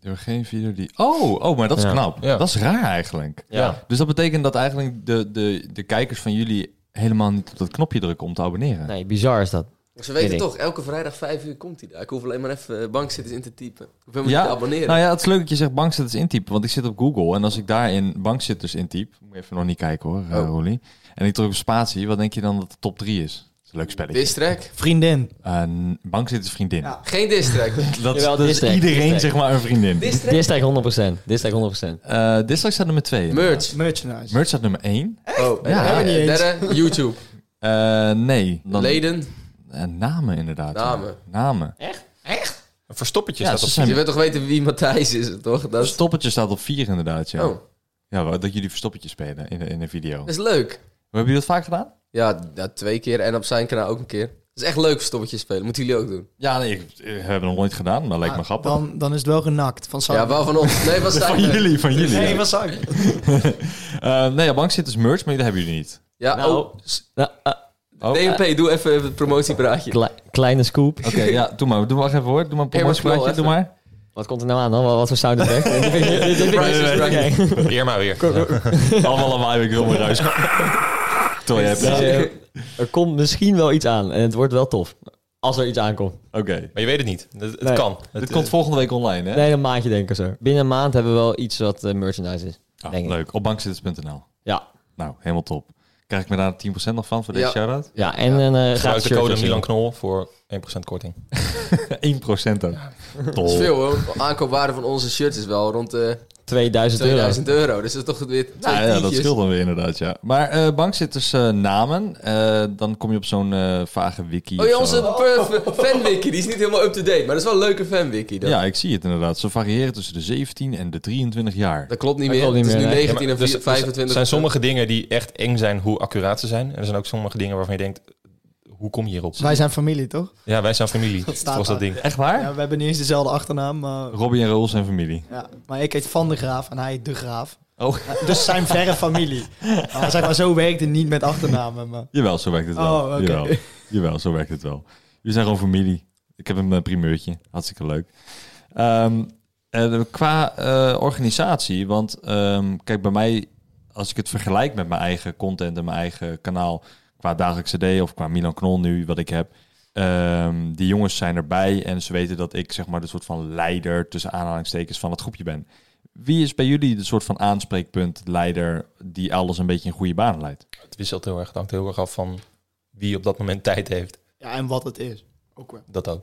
[SPEAKER 2] Er is geen video die... Oh, oh maar dat is
[SPEAKER 3] Ja.
[SPEAKER 2] knap.
[SPEAKER 7] Ja.
[SPEAKER 2] Dat is raar eigenlijk.
[SPEAKER 7] Ja.
[SPEAKER 2] Dus dat betekent dat eigenlijk de, de, de kijkers van jullie helemaal niet op dat knopje drukken om te abonneren.
[SPEAKER 3] Nee, bizar is dat.
[SPEAKER 4] Ze weten
[SPEAKER 3] Weet ik.
[SPEAKER 4] toch, elke vrijdag 5 uur komt hij daar. Ik hoef alleen maar even eh, bankzitters in te typen. Ik hoef helemaal
[SPEAKER 2] Ja,
[SPEAKER 4] niet te abonneren.
[SPEAKER 2] nou ja, het is leuk dat je zegt bankzitters intypen, want ik zit op Google en als ik daarin bankzitters dus intyp, moet je even nog niet kijken hoor, eh,
[SPEAKER 4] Oh.
[SPEAKER 2] Rolly. En ik druk op spatie, wat denk je dan dat de top 3 is? Dat is een leuk spelletje. Eh,
[SPEAKER 4] Distrack?
[SPEAKER 6] Vriendin.
[SPEAKER 2] Een bankzitters vriendin.
[SPEAKER 6] Ja.
[SPEAKER 4] Geen distrack.
[SPEAKER 2] Dat,
[SPEAKER 3] Jawel,
[SPEAKER 2] dat is
[SPEAKER 3] distrack,
[SPEAKER 2] iedereen
[SPEAKER 3] distrack.
[SPEAKER 2] zeg maar een vriendin. Eh
[SPEAKER 4] distrack?
[SPEAKER 3] Distrack 100%. Distrack 100%.
[SPEAKER 2] Dislike staat nummer 2.
[SPEAKER 4] Merch.
[SPEAKER 6] Merchandise.
[SPEAKER 2] Merch staat nummer 1.
[SPEAKER 4] Oh,
[SPEAKER 2] Ja.
[SPEAKER 4] ja.
[SPEAKER 6] Hebben we niet eens.
[SPEAKER 4] Derde, YouTube.
[SPEAKER 2] Eh, nee. Dan,
[SPEAKER 4] Leden.
[SPEAKER 2] eh, namen inderdaad.
[SPEAKER 4] Namen.
[SPEAKER 2] ja. Namen.
[SPEAKER 7] Een verstoppertje
[SPEAKER 2] Ja,
[SPEAKER 7] staat
[SPEAKER 2] ze
[SPEAKER 7] op
[SPEAKER 2] zijn-
[SPEAKER 4] Je wilt toch weten wie Matthijs is, toch? Dat is,
[SPEAKER 2] Verstoppertje staat op 4 inderdaad, ja.
[SPEAKER 4] oh,
[SPEAKER 2] Ja, wel, dat jullie verstoppertje spelen in de, in de video.
[SPEAKER 4] dat is leuk.
[SPEAKER 2] Hebben jullie dat vaak gedaan?
[SPEAKER 4] Ja, ja, twee keer en op zijn kanaal ook een keer. Dat is echt leuk verstoppertje spelen. Moeten jullie ook doen.
[SPEAKER 2] Ja, nee, ik, ik heb het nog nooit gedaan, maar lijkt me grappig.
[SPEAKER 6] Ah, Dan, dan is het wel genakt. Van Simon.
[SPEAKER 4] Ja, wel van ons. Nee, van
[SPEAKER 2] Van
[SPEAKER 4] Stijn.
[SPEAKER 2] jullie, van jullie.
[SPEAKER 6] Nee,
[SPEAKER 2] ja.
[SPEAKER 6] was Simon.
[SPEAKER 2] Eh, nee, ja, bankzitters merch, maar die hebben jullie niet.
[SPEAKER 4] Ja,
[SPEAKER 3] Nou,
[SPEAKER 4] oh, s-
[SPEAKER 3] Nou, eh,
[SPEAKER 2] Oh,
[SPEAKER 4] DNP, doe even het promotiepraatje.
[SPEAKER 3] kle- kleine scoop.
[SPEAKER 2] Oké, ja, doe maar. Doe maar even hoor. Doe maar een
[SPEAKER 4] Hey, maar
[SPEAKER 2] promotiepraatje.
[SPEAKER 4] knol
[SPEAKER 2] Doe maar.
[SPEAKER 3] Wat komt er nou aan dan? Wat wat voor sound effect? Dit vind ik- dit vind ik-
[SPEAKER 4] Price is right.
[SPEAKER 3] Oké.
[SPEAKER 7] de Irma weer.
[SPEAKER 2] Allemaal lawaai, ik wil mijn ruis. Terwijl je hebt-
[SPEAKER 3] Nee, eh, Er komt misschien wel iets aan en het wordt wel tof. Als er iets aankomt.
[SPEAKER 2] Oké.
[SPEAKER 7] Maar je weet het niet. Het, het
[SPEAKER 3] Nee.
[SPEAKER 7] kan. Het,
[SPEAKER 2] Dit komt volgende week online, hè?
[SPEAKER 3] Nee, een maandje denk ik zo. Binnen een maand hebben we wel iets wat eh, merchandise is.
[SPEAKER 2] Ah,
[SPEAKER 3] denk ik.
[SPEAKER 2] leuk. Op bankzitters.nl.
[SPEAKER 3] Ja.
[SPEAKER 2] Nou, helemaal top. Krijg ik me daar 10% nog van voor deze
[SPEAKER 4] Ja.
[SPEAKER 2] shout-out?
[SPEAKER 3] Ja, en een eh
[SPEAKER 7] Gebruik
[SPEAKER 3] gratis
[SPEAKER 7] de
[SPEAKER 3] shirt.
[SPEAKER 7] code
[SPEAKER 3] of zo.
[SPEAKER 7] Milan Knol voor 1% korting.
[SPEAKER 2] 1% ook.
[SPEAKER 4] Dat
[SPEAKER 2] Oh.
[SPEAKER 4] is veel hoor. De aankoopwaarde van onze shirts is wel rond de
[SPEAKER 3] 2000 euro.
[SPEAKER 4] 2000 euro. Dus dat is toch weer twee
[SPEAKER 2] Nou ja, dat
[SPEAKER 4] tientjes.
[SPEAKER 2] scheelt dan weer inderdaad, ja. Maar eh bankzitters eh, namen, eh, dan kom je op zo'n eh, vage wiki.
[SPEAKER 4] Oh ja,
[SPEAKER 2] of
[SPEAKER 4] onze
[SPEAKER 2] zo.
[SPEAKER 4] per- fanwiki, die is niet helemaal up-to-date. Maar dat is wel een leuke fanwiki dan.
[SPEAKER 2] Ja, ik zie het inderdaad. Ze variëren tussen de 17 en de 23 jaar.
[SPEAKER 4] Dat klopt niet
[SPEAKER 3] Dat
[SPEAKER 4] meer.
[SPEAKER 3] klopt niet
[SPEAKER 4] het is
[SPEAKER 3] meer,
[SPEAKER 4] nu
[SPEAKER 3] nee.
[SPEAKER 7] Ja,
[SPEAKER 4] 19
[SPEAKER 7] maar
[SPEAKER 4] en
[SPEAKER 7] dus-
[SPEAKER 4] 4- 25.
[SPEAKER 7] Er zijn sommige dingen die echt eng zijn hoe accuraat ze zijn. En er zijn ook sommige dingen waarvan je denkt, hoe kom je hierop?
[SPEAKER 6] Wij zijn familie, toch?
[SPEAKER 7] Ja, wij zijn familie. Dat
[SPEAKER 6] staat
[SPEAKER 7] was dat
[SPEAKER 6] daar.
[SPEAKER 7] ding.
[SPEAKER 2] Echt waar?
[SPEAKER 6] Ja, we hebben niet eens dezelfde achternaam, maar...
[SPEAKER 2] Robbie en Roel zijn familie.
[SPEAKER 6] Ja, maar ik heet Van de Graaf en hij heet De Graaf.
[SPEAKER 2] Oh.
[SPEAKER 6] Ja, Dus zijn verre familie. Maar zeg maar, zo werkt het niet met achternamen. Maar...
[SPEAKER 2] Jawel, zo werkt het wel.
[SPEAKER 6] Oh, oké.
[SPEAKER 2] Jawel. Jawel, zo werkt het wel. Jullie zijn gewoon familie. Ik heb een eh, primeurtje. Hartstikke leuk. Ehm, eh, qua eh, organisatie, want ehm, kijk, bij mij, als ik het vergelijk met mijn eigen content en mijn eigen kanaal, qua dagelijkse D of qua Milan Knol nu, wat ik heb, ehm, die jongens zijn erbij en ze weten dat ik zeg maar de soort van leider tussen aanhalingstekens van het groepje ben. Wie is bij jullie de soort van aanspreekpunt, leider, die alles een beetje in goede banen leidt?
[SPEAKER 7] Het wisselt heel erg. Het hangt heel erg af van wie op dat moment tijd heeft.
[SPEAKER 6] Ja, en wat het is. Ook wel.
[SPEAKER 7] Dat ook.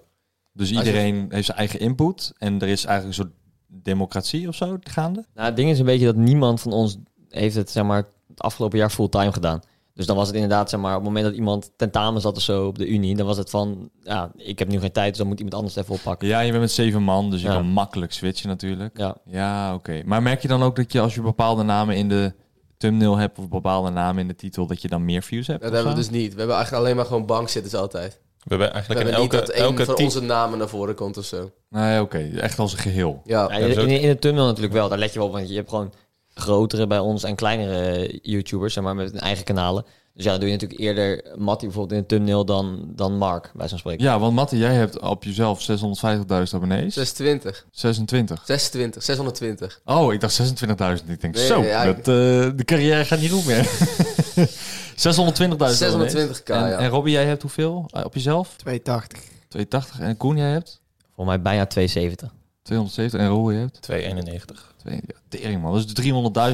[SPEAKER 2] Dus
[SPEAKER 7] je-
[SPEAKER 2] iedereen heeft zijn eigen input en er is eigenlijk een soort democratie of zo gaande?
[SPEAKER 3] Nou, het ding is een beetje dat niemand van ons heeft het, zeg maar, het afgelopen jaar fulltime gedaan. Dus dan was het inderdaad, zeg maar, op het moment dat iemand tentamen zat of zo op de Unie, dan was het van, ja, ik heb nu geen tijd, dus dan moet iemand anders het even oppakken.
[SPEAKER 2] Ja, je bent met zeven man, dus je
[SPEAKER 3] Ja.
[SPEAKER 2] kan makkelijk switchen natuurlijk.
[SPEAKER 3] Ja.
[SPEAKER 2] Ja, oké. Maar merk je dan ook dat je als je bepaalde namen in de thumbnail hebt of bepaalde namen in de titel, dat je dan meer views hebt?
[SPEAKER 4] Dat
[SPEAKER 2] of
[SPEAKER 4] hebben we
[SPEAKER 2] zo?
[SPEAKER 4] dus niet. We hebben eigenlijk alleen maar gewoon bankzitters altijd.
[SPEAKER 7] We hebben
[SPEAKER 4] We
[SPEAKER 7] eigenlijk
[SPEAKER 4] hebben
[SPEAKER 7] in
[SPEAKER 4] niet dat
[SPEAKER 7] elke,
[SPEAKER 4] één
[SPEAKER 7] elke
[SPEAKER 4] van
[SPEAKER 7] team...
[SPEAKER 4] onze namen naar voren komt of zo.
[SPEAKER 2] Nee, oké. Echt als een geheel.
[SPEAKER 4] Ja.
[SPEAKER 3] Ja,
[SPEAKER 4] ja.
[SPEAKER 3] in,
[SPEAKER 7] zo-
[SPEAKER 3] in, in de thumbnail natuurlijk wel, daar let je wel op, want je hebt gewoon grotere bij ons en kleinere eh, YouTubers, zeg maar, met hun eigen kanalen. Dus ja, dan doe je natuurlijk eerder Matty bijvoorbeeld in de thumbnail dan, dan Mark, bij zo'n spreken.
[SPEAKER 2] Ja, want Matte, jij hebt op jezelf 650.000 abonnees.
[SPEAKER 4] 26.
[SPEAKER 2] 26.
[SPEAKER 4] 26. 620.
[SPEAKER 2] Oh, ik dacht 26.000. Ik denk,
[SPEAKER 4] Nee,
[SPEAKER 2] zo,
[SPEAKER 4] ja,
[SPEAKER 2] dat,
[SPEAKER 4] ik-
[SPEAKER 2] eh, de carrière gaat niet goed meer. 620.000 abonnees.
[SPEAKER 4] 620k,
[SPEAKER 2] En,
[SPEAKER 4] ja.
[SPEAKER 2] en Robbie, jij hebt hoeveel eh, op jezelf?
[SPEAKER 6] 280.
[SPEAKER 2] 280. En Koen, jij hebt?
[SPEAKER 3] Voor mij bijna 270.
[SPEAKER 2] 270. En Roel, jij hebt?
[SPEAKER 7] 291.
[SPEAKER 2] Twee- Ja, tering man, dat is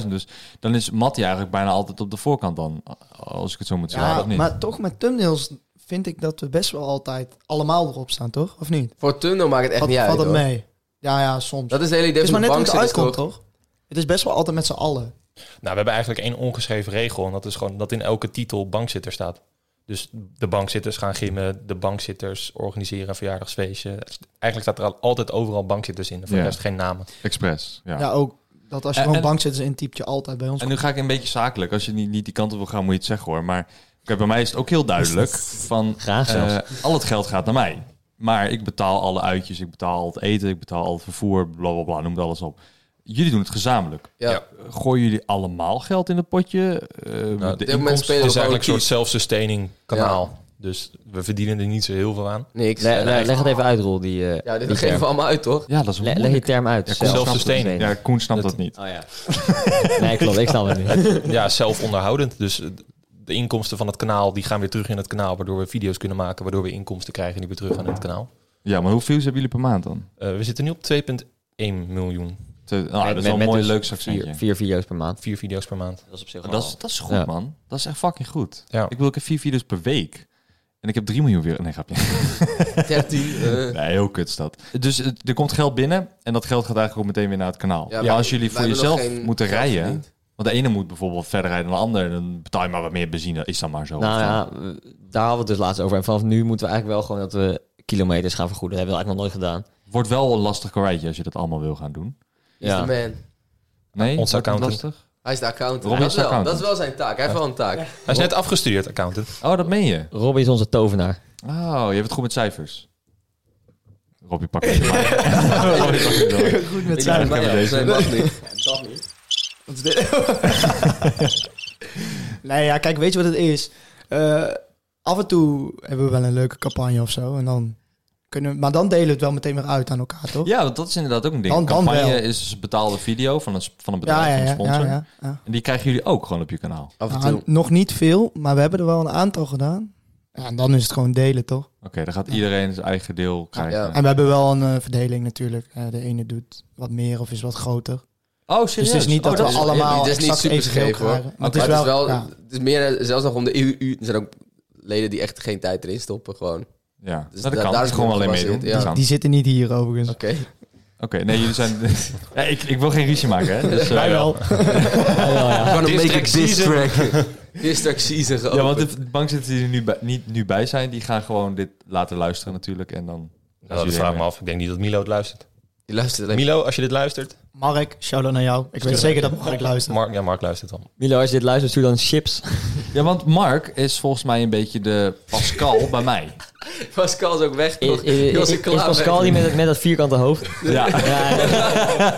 [SPEAKER 2] 300.000. Dus dan is Mattie eigenlijk bijna altijd op de voorkant dan. Als ik het zo moet zeggen,
[SPEAKER 6] Ja,
[SPEAKER 2] of niet?
[SPEAKER 6] maar toch met thumbnails vind ik dat we best wel altijd allemaal erop staan, toch? Of niet?
[SPEAKER 4] Voor Tunnel maakt het echt
[SPEAKER 6] Wat
[SPEAKER 4] niet uit.
[SPEAKER 6] valt het
[SPEAKER 4] hoor.
[SPEAKER 6] mee? Ja, ja, soms.
[SPEAKER 4] Dat is de hele idee
[SPEAKER 6] het is maar
[SPEAKER 4] van
[SPEAKER 6] net hoe het
[SPEAKER 4] bankzitters
[SPEAKER 6] uitkomt,
[SPEAKER 4] toch?
[SPEAKER 6] toch? Het is best wel altijd met z'n allen.
[SPEAKER 7] Nou, we hebben eigenlijk één ongeschreven regel. En dat is gewoon dat in elke titel bankzitter staat. Dus de bankzitters gaan gimmen, de bankzitters organiseren een verjaardagsfeestje. Eigenlijk staat er al- altijd overal bankzitters in. Voor
[SPEAKER 2] Ja.
[SPEAKER 7] de rest geen namen.
[SPEAKER 2] Expres. Ja.
[SPEAKER 6] Ja, ook dat als je
[SPEAKER 2] En-
[SPEAKER 6] gewoon
[SPEAKER 2] en-
[SPEAKER 6] bankzitters intypt, je altijd bij ons
[SPEAKER 2] En nu ga ik een beetje zakelijk. Als je niet, niet die kant op wil gaan, moet je het zeggen hoor. Maar kijk, bij mij is het ook heel duidelijk. Van,
[SPEAKER 3] Graag zelfs.
[SPEAKER 2] eh, al het geld gaat naar mij. Maar ik betaal alle uitjes, ik betaal al het eten, ik betaal al het vervoer, bla bla bla, noem het alles op. Jullie doen het gezamenlijk.
[SPEAKER 4] Ja.
[SPEAKER 7] Ja.
[SPEAKER 2] Gooien jullie allemaal geld in het potje? Eh,
[SPEAKER 7] op dit
[SPEAKER 2] inkomsten-
[SPEAKER 4] moment spelen
[SPEAKER 7] Het
[SPEAKER 4] we
[SPEAKER 7] is
[SPEAKER 4] gewoon
[SPEAKER 7] eigenlijk een soort
[SPEAKER 4] kies.
[SPEAKER 7] zelfsustaining kanaal. Dus we verdienen er niet zo heel veel aan.
[SPEAKER 4] Niks.
[SPEAKER 3] Le- le- leg het even uit, Roel, die, eh,
[SPEAKER 4] Ja,
[SPEAKER 3] die
[SPEAKER 4] dit
[SPEAKER 3] term.
[SPEAKER 4] geven we allemaal uit, toch?
[SPEAKER 2] Ja, dat is een
[SPEAKER 3] Le- leg je term uit.
[SPEAKER 2] Koen
[SPEAKER 7] zelf-
[SPEAKER 3] Zelfs-
[SPEAKER 7] zelfsustaining.
[SPEAKER 2] Ja, Koen snapt dat niet.
[SPEAKER 3] Oh ja. nee, klopt. Ik snap het niet.
[SPEAKER 7] ja, zelfonderhoudend. Dus eh, de inkomsten van het kanaal die gaan weer terug in het kanaal, waardoor we video's kunnen maken, waardoor we inkomsten krijgen die weer terug gaan in het kanaal.
[SPEAKER 2] Ja, maar hoeveel views hebben jullie per maand dan?
[SPEAKER 7] Eh, we zitten nu op 2,1 miljoen.
[SPEAKER 2] Te- ah, dat is wel een mooi leuk zakcentje.
[SPEAKER 3] dus vier, vier video's per maand. Nou
[SPEAKER 7] Vier video's per maand.
[SPEAKER 3] Dat is op zich
[SPEAKER 2] Dat is, dat is goed,
[SPEAKER 3] Ja.
[SPEAKER 2] man. Dat is echt fucking goed.
[SPEAKER 7] Ja.
[SPEAKER 2] Ik bedoel, ik heb vier video's per week. En ik heb drie miljoen weer. Nee, grapje.
[SPEAKER 4] 13. eh,
[SPEAKER 2] Nee, heel kut is dat. Dus eh, er komt geld binnen en dat geld gaat eigenlijk ook meteen weer naar het kanaal. maar als jullie
[SPEAKER 4] wij
[SPEAKER 2] voor
[SPEAKER 4] hebben nog
[SPEAKER 2] jezelf
[SPEAKER 4] geen
[SPEAKER 2] moeten
[SPEAKER 4] geld
[SPEAKER 2] rijden...
[SPEAKER 4] verdiend.
[SPEAKER 2] Want de ene moet bijvoorbeeld verder rijden dan de ander... dan betaal je maar wat meer benzine. Is dan maar zo. eh,
[SPEAKER 3] Nou ja, we- daar hadden we het dus laatst over. En vanaf nu moeten we eigenlijk wel gewoon dat we kilometers gaan vergoeden. Dat hebben we eigenlijk nog nooit gedaan.
[SPEAKER 2] Wordt wel een lastig karweitje als je dat allemaal wil gaan doen.
[SPEAKER 4] He's the
[SPEAKER 3] Ja.
[SPEAKER 4] man.
[SPEAKER 2] Nee,
[SPEAKER 7] Onze
[SPEAKER 2] wordt het
[SPEAKER 7] accountant.
[SPEAKER 2] lastig?
[SPEAKER 4] Hij is de accountant.
[SPEAKER 2] Robin
[SPEAKER 4] dat,
[SPEAKER 2] is de
[SPEAKER 4] wel,
[SPEAKER 2] accountant.
[SPEAKER 4] dat is wel zijn taak. Hij heeft wel een taak.
[SPEAKER 7] Hij is net afgestudeerd, accountant.
[SPEAKER 2] Oh, dat meen je.
[SPEAKER 3] Robbie is onze tovenaar.
[SPEAKER 2] Oh, je hebt het goed met cijfers. Robbie, pak het. Robbie, pak het wel.
[SPEAKER 6] goed met
[SPEAKER 4] Ja,
[SPEAKER 6] zijn.
[SPEAKER 4] maar ja,
[SPEAKER 2] deze.
[SPEAKER 4] dat mag niet.
[SPEAKER 6] Wat is dit? nee, ja, kijk, weet je wat het is? Eh, af en toe hebben we wel een leuke campagne of zo. En dan kunnen we, maar dan delen we het wel meteen weer uit aan elkaar, toch?
[SPEAKER 2] Ja, want dat is inderdaad ook een ding.
[SPEAKER 6] Dan- dan
[SPEAKER 2] campagne
[SPEAKER 6] wel.
[SPEAKER 2] is een betaalde video van een, sp- van een bedrijf,
[SPEAKER 6] ja,
[SPEAKER 2] van
[SPEAKER 6] ja,
[SPEAKER 2] een sponsor.
[SPEAKER 6] ja, ja.
[SPEAKER 2] En die krijgen jullie ook gewoon op je kanaal.
[SPEAKER 4] Af en
[SPEAKER 6] Nou,
[SPEAKER 4] toe.
[SPEAKER 6] nog niet veel, maar we hebben er wel een aantal gedaan. Ja, en dan is het gewoon delen, toch?
[SPEAKER 2] Oké, dan gaat iedereen zijn eigen deel krijgen.
[SPEAKER 4] Ja.
[SPEAKER 6] En we hebben wel een eh, verdeling natuurlijk. Eh, de ene doet wat meer of is wat groter.
[SPEAKER 2] Oh,
[SPEAKER 6] Dus het is niet dat,
[SPEAKER 4] dat
[SPEAKER 6] we
[SPEAKER 4] is-
[SPEAKER 6] allemaal
[SPEAKER 4] dit is niet
[SPEAKER 6] exact
[SPEAKER 4] super
[SPEAKER 6] evenveel
[SPEAKER 4] scheef, hoor.
[SPEAKER 6] krijgen. Maar
[SPEAKER 4] Maar het is wel,
[SPEAKER 6] ja.
[SPEAKER 4] het is meer eh, zelfs nog om de EU, er zijn ook leden die echt geen tijd erin stoppen, gewoon.
[SPEAKER 2] Ja,
[SPEAKER 4] Dus
[SPEAKER 2] dat
[SPEAKER 4] da-
[SPEAKER 2] kan.
[SPEAKER 4] daar
[SPEAKER 2] Dat
[SPEAKER 4] is
[SPEAKER 2] is gewoon
[SPEAKER 4] het
[SPEAKER 2] alleen
[SPEAKER 4] gebaseerd,
[SPEAKER 2] meedoen.
[SPEAKER 4] ja.
[SPEAKER 2] Dat kan.
[SPEAKER 6] Die zitten niet hier overigens.
[SPEAKER 4] Oké.
[SPEAKER 2] Oké, nee, jullie zijn... ja, ik, ik wil geen ruzie maken, hè? Dus, eh,
[SPEAKER 3] Wij wel.
[SPEAKER 4] Gonna
[SPEAKER 7] Diss track season.
[SPEAKER 4] track. Diss track season
[SPEAKER 2] Ja,
[SPEAKER 4] geopend.
[SPEAKER 2] want de bankzitters die er nu bij, niet nu bij zijn, die gaan gewoon dit laten luisteren natuurlijk. En dan...
[SPEAKER 7] Nou, dat vraag ik me af. Ik denk niet dat Milo het luistert.
[SPEAKER 4] Die luistert alleen
[SPEAKER 7] Milo, als je dit luistert.
[SPEAKER 6] Mark, shout-out naar jou. Ik weet zeker dat Mark luistert.
[SPEAKER 7] Mark, ja, Mark luistert dan.
[SPEAKER 3] Milo, als je dit luistert, stuur dan chips.
[SPEAKER 2] Ja, want Mark is volgens mij een beetje de Pascal bij mij.
[SPEAKER 4] Pascal is ook weg,
[SPEAKER 3] Is,
[SPEAKER 4] toch?
[SPEAKER 3] is,
[SPEAKER 4] Die was
[SPEAKER 3] Eh, is
[SPEAKER 4] er klaar
[SPEAKER 3] Pascal
[SPEAKER 4] mee.
[SPEAKER 3] die met, het- met dat vierkante hoofd?
[SPEAKER 2] Ja.
[SPEAKER 3] Ja, ja.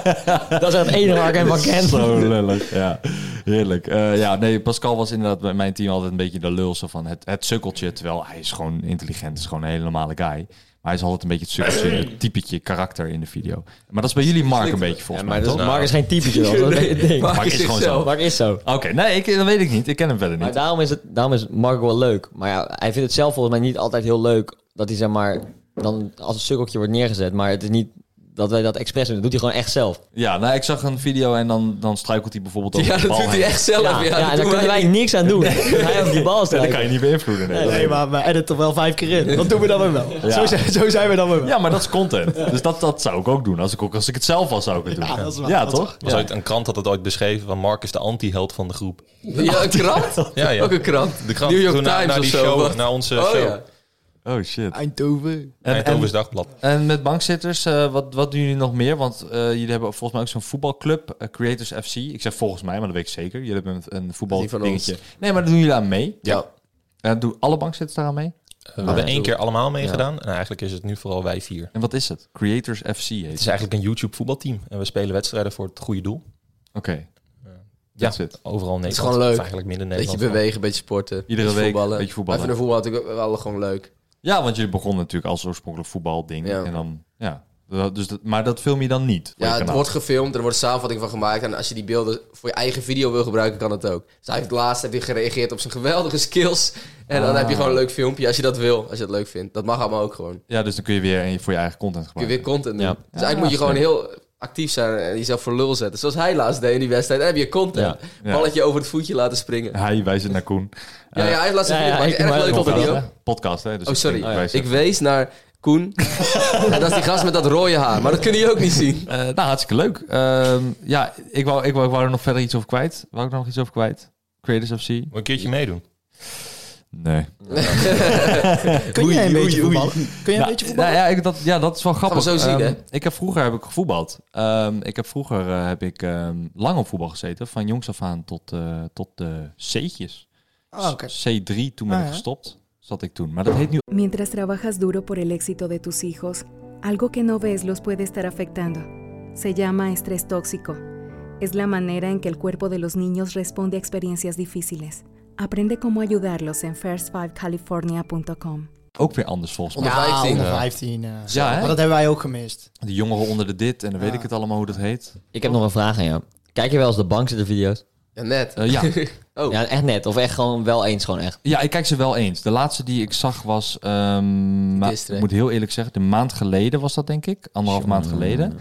[SPEAKER 3] dat is echt het enige waar ik hem van ken.
[SPEAKER 2] Zo lullig, ja. Heerlijk. Eh, ja, nee, Pascal was inderdaad bij mijn team altijd een beetje de lul. Zo van het, het sukkeltje, terwijl hij is gewoon intelligent. is gewoon een hele normale guy. Maar hij is altijd een beetje het sukkeltje, het typetje karakter in de video. Maar dat is bij jullie Mark een beetje
[SPEAKER 3] Ja,
[SPEAKER 2] volgens
[SPEAKER 3] maar
[SPEAKER 2] mij,
[SPEAKER 3] dat
[SPEAKER 2] toch?
[SPEAKER 3] is, nou- Mark is geen typetje dan, dat weet ik
[SPEAKER 4] Nee,
[SPEAKER 3] niet.
[SPEAKER 4] Mark
[SPEAKER 2] Mark
[SPEAKER 4] is
[SPEAKER 2] is gewoon
[SPEAKER 4] zichzelf.
[SPEAKER 3] Mark is zo.
[SPEAKER 2] Oké, nee, ik, dat weet ik niet. Ik ken hem verder
[SPEAKER 3] Maar
[SPEAKER 2] niet.
[SPEAKER 3] daarom is, het, daarom is Mark wel leuk. Maar ja, hij vindt het zelf volgens mij niet altijd heel leuk dat hij zeg maar dan als een sukkeltje wordt neergezet. Maar het is niet dat wij dat expres doen. Dat doet hij gewoon echt zelf.
[SPEAKER 2] Ja, nou, ik zag een video en dan, dan struikelt hij bijvoorbeeld over
[SPEAKER 4] Ja,
[SPEAKER 2] de
[SPEAKER 4] dat
[SPEAKER 2] bal
[SPEAKER 4] doet hij
[SPEAKER 2] heen.
[SPEAKER 4] echt zelf. Ja,
[SPEAKER 3] ja,
[SPEAKER 4] dat
[SPEAKER 3] en daar
[SPEAKER 4] doen
[SPEAKER 3] kunnen wij
[SPEAKER 4] niet.
[SPEAKER 3] niks aan doen. Hij op die bal
[SPEAKER 2] Ja, dat kan
[SPEAKER 3] strijken.
[SPEAKER 2] je niet beïnvloeden. Nee,
[SPEAKER 6] Nee, maar we editen toch wel vijf keer in. Dat doen we dan weer wel.
[SPEAKER 2] Ja.
[SPEAKER 6] Zo, zijn, zo zijn we dan weer wel.
[SPEAKER 2] Ja, maar dat is content. Dus dat, dat zou ik ook doen. Als ik, ook, als ik het zelf was, zou ik het doen.
[SPEAKER 6] Ja, dat is waar.
[SPEAKER 2] Ja,
[SPEAKER 6] Dat is
[SPEAKER 2] toch?
[SPEAKER 7] Was ooit een krant had het ooit beschreven van Mark is de anti-held van de groep.
[SPEAKER 4] Ja, een krant?
[SPEAKER 7] Ja, ja.
[SPEAKER 4] Ook een krant.
[SPEAKER 7] De krant
[SPEAKER 4] New York
[SPEAKER 7] toen na-
[SPEAKER 4] Times
[SPEAKER 7] naar
[SPEAKER 4] of
[SPEAKER 7] die
[SPEAKER 4] zo,
[SPEAKER 7] show,
[SPEAKER 4] wat?
[SPEAKER 7] naar onze
[SPEAKER 4] Oh,
[SPEAKER 7] show.
[SPEAKER 4] ja.
[SPEAKER 2] Oh, shit.
[SPEAKER 6] Eindhoven.
[SPEAKER 2] En, en,
[SPEAKER 7] Eindhoven's Dagblad.
[SPEAKER 2] en met bankzitters, eh, wat, wat doen jullie nog meer? Want eh, jullie hebben volgens mij ook zo'n voetbalclub, eh, Creators FC. Ik zeg volgens mij, maar dat weet ik zeker. Jullie hebben een een
[SPEAKER 4] Die van ons.
[SPEAKER 2] voetbaldingetje. Nee, maar daar doen jullie aan mee.
[SPEAKER 4] Ja.
[SPEAKER 2] En doen alle bankzitters daar aan mee?
[SPEAKER 7] We hebben
[SPEAKER 4] ja,
[SPEAKER 7] één
[SPEAKER 4] doe.
[SPEAKER 7] keer allemaal meegedaan. En eigenlijk is het nu vooral wij vier.
[SPEAKER 2] En wat is het? Creators FC heet
[SPEAKER 7] Het
[SPEAKER 2] het.
[SPEAKER 7] is eigenlijk een YouTube voetbalteam. En we spelen wedstrijden voor het goede doel.
[SPEAKER 2] Oké.
[SPEAKER 7] Ja,
[SPEAKER 2] That's it.
[SPEAKER 7] overal in Nederland.
[SPEAKER 4] is gewoon leuk.
[SPEAKER 7] Of Eigenlijk midden in
[SPEAKER 4] Beetje
[SPEAKER 7] Nederland.
[SPEAKER 4] bewegen, beetje sporten.
[SPEAKER 2] Iedere
[SPEAKER 4] beetje
[SPEAKER 2] week
[SPEAKER 4] voetballen.
[SPEAKER 2] beetje voetballen.
[SPEAKER 4] Even naar voetbal, natuurlijk wel gewoon leuk.
[SPEAKER 2] Ja, want jullie begonnen natuurlijk als oorspronkelijk voetbalding.
[SPEAKER 4] Ja.
[SPEAKER 2] En dan, ja. Dat- Dus dat, maar dat film je dan niet? voor
[SPEAKER 4] Ja,
[SPEAKER 2] je
[SPEAKER 4] het
[SPEAKER 2] kanaal?
[SPEAKER 4] wordt gefilmd, er wordt een samenvatting van gemaakt. En als je die beelden voor je eigen video wil gebruiken, kan het ook. Dus hij heeft laatst heeft hij gereageerd op zijn geweldige skills. En dan heb je gewoon een leuk filmpje als je dat wil, als je dat leuk vindt. Dat mag allemaal ook gewoon.
[SPEAKER 2] Ja, dus dan kun je weer een- voor je eigen content
[SPEAKER 4] Kun je
[SPEAKER 2] gebruiken.
[SPEAKER 4] weer content doen.
[SPEAKER 3] Ja.
[SPEAKER 4] Dus eigenlijk moet je gewoon heel actief zijn en jezelf voor lul zetten. Zoals hij laatst deed in die wedstrijd. Dan heb je content.
[SPEAKER 2] Ja.
[SPEAKER 4] Balletje over het voetje laten springen. Ja,
[SPEAKER 2] Hij wijst het naar Koen.
[SPEAKER 4] ja, hij heeft laatst een
[SPEAKER 3] ja,
[SPEAKER 4] video
[SPEAKER 3] ja,
[SPEAKER 4] gemaakt.
[SPEAKER 3] ik- maar-
[SPEAKER 4] Erg leuk
[SPEAKER 3] Podcast,
[SPEAKER 4] video.
[SPEAKER 3] hè?
[SPEAKER 2] Podcast, hè? Dus
[SPEAKER 4] Oh, sorry.
[SPEAKER 2] ik wijs
[SPEAKER 4] Ik wees naar Koen. en dat is die gast met dat rode haar. Maar dat kun je ook niet zien.
[SPEAKER 2] Eh, nou, hartstikke leuk. Ehm, ja, ik wou, ik, wou, ik wou er nog verder iets over kwijt. Wou ik er nog iets over kwijt? Creators FC?
[SPEAKER 7] Moet ik een keertje meedoen.
[SPEAKER 2] Nee.
[SPEAKER 6] Kun jij een beetje voetballen? Kun jij een beetje voetballen?
[SPEAKER 2] Nou, ja, ik, dat, ja, dat is wel grappig.
[SPEAKER 4] zo zien,
[SPEAKER 2] Ehm,
[SPEAKER 4] hè?
[SPEAKER 2] Ik heb vroeger heb ik gevoetbald. Ehm, ik heb vroeger eh, heb ik ehm, lang op voetbal gezeten. Van jongs af aan tot, eh, tot de C'tjes.
[SPEAKER 6] Ah, oké.
[SPEAKER 2] C3, toen ben
[SPEAKER 6] Ah,
[SPEAKER 2] ik
[SPEAKER 6] ja.
[SPEAKER 2] gestopt. Zat ik toen. Maar dat heet nu...
[SPEAKER 9] Mientras trabajas duro por el éxito de tus hijos, algo que no ves los puede estar afectando. Se llama estrés tóxico. Es la manera en que el cuerpo de los niños responde a experiencias difíciles. Aprende cómo ayudarlos en first5california.com.
[SPEAKER 2] Ook weer anders volgens mij.
[SPEAKER 4] Onder 15.
[SPEAKER 6] Onder 15. eh.
[SPEAKER 2] Ja, hè?
[SPEAKER 6] Oh, Maar dat Ah. hebben wij ook gemist.
[SPEAKER 2] De jongeren onder de dit en dan weet ik het allemaal hoe dat heet.
[SPEAKER 3] Ik heb nog een vraag aan jou. Kijk je wel eens de bankzittervideo's?
[SPEAKER 4] Ja, net.
[SPEAKER 2] Eh, ja.
[SPEAKER 4] Oh.
[SPEAKER 3] Ja, echt net. Of echt gewoon wel eens, gewoon echt.
[SPEAKER 2] Ja, ik kijk ze wel eens. De laatste die ik zag was, ehm, ma-
[SPEAKER 4] Diss track.
[SPEAKER 2] ik moet heel eerlijk zeggen, de maand geleden was dat denk ik. Anderhalf maand geleden.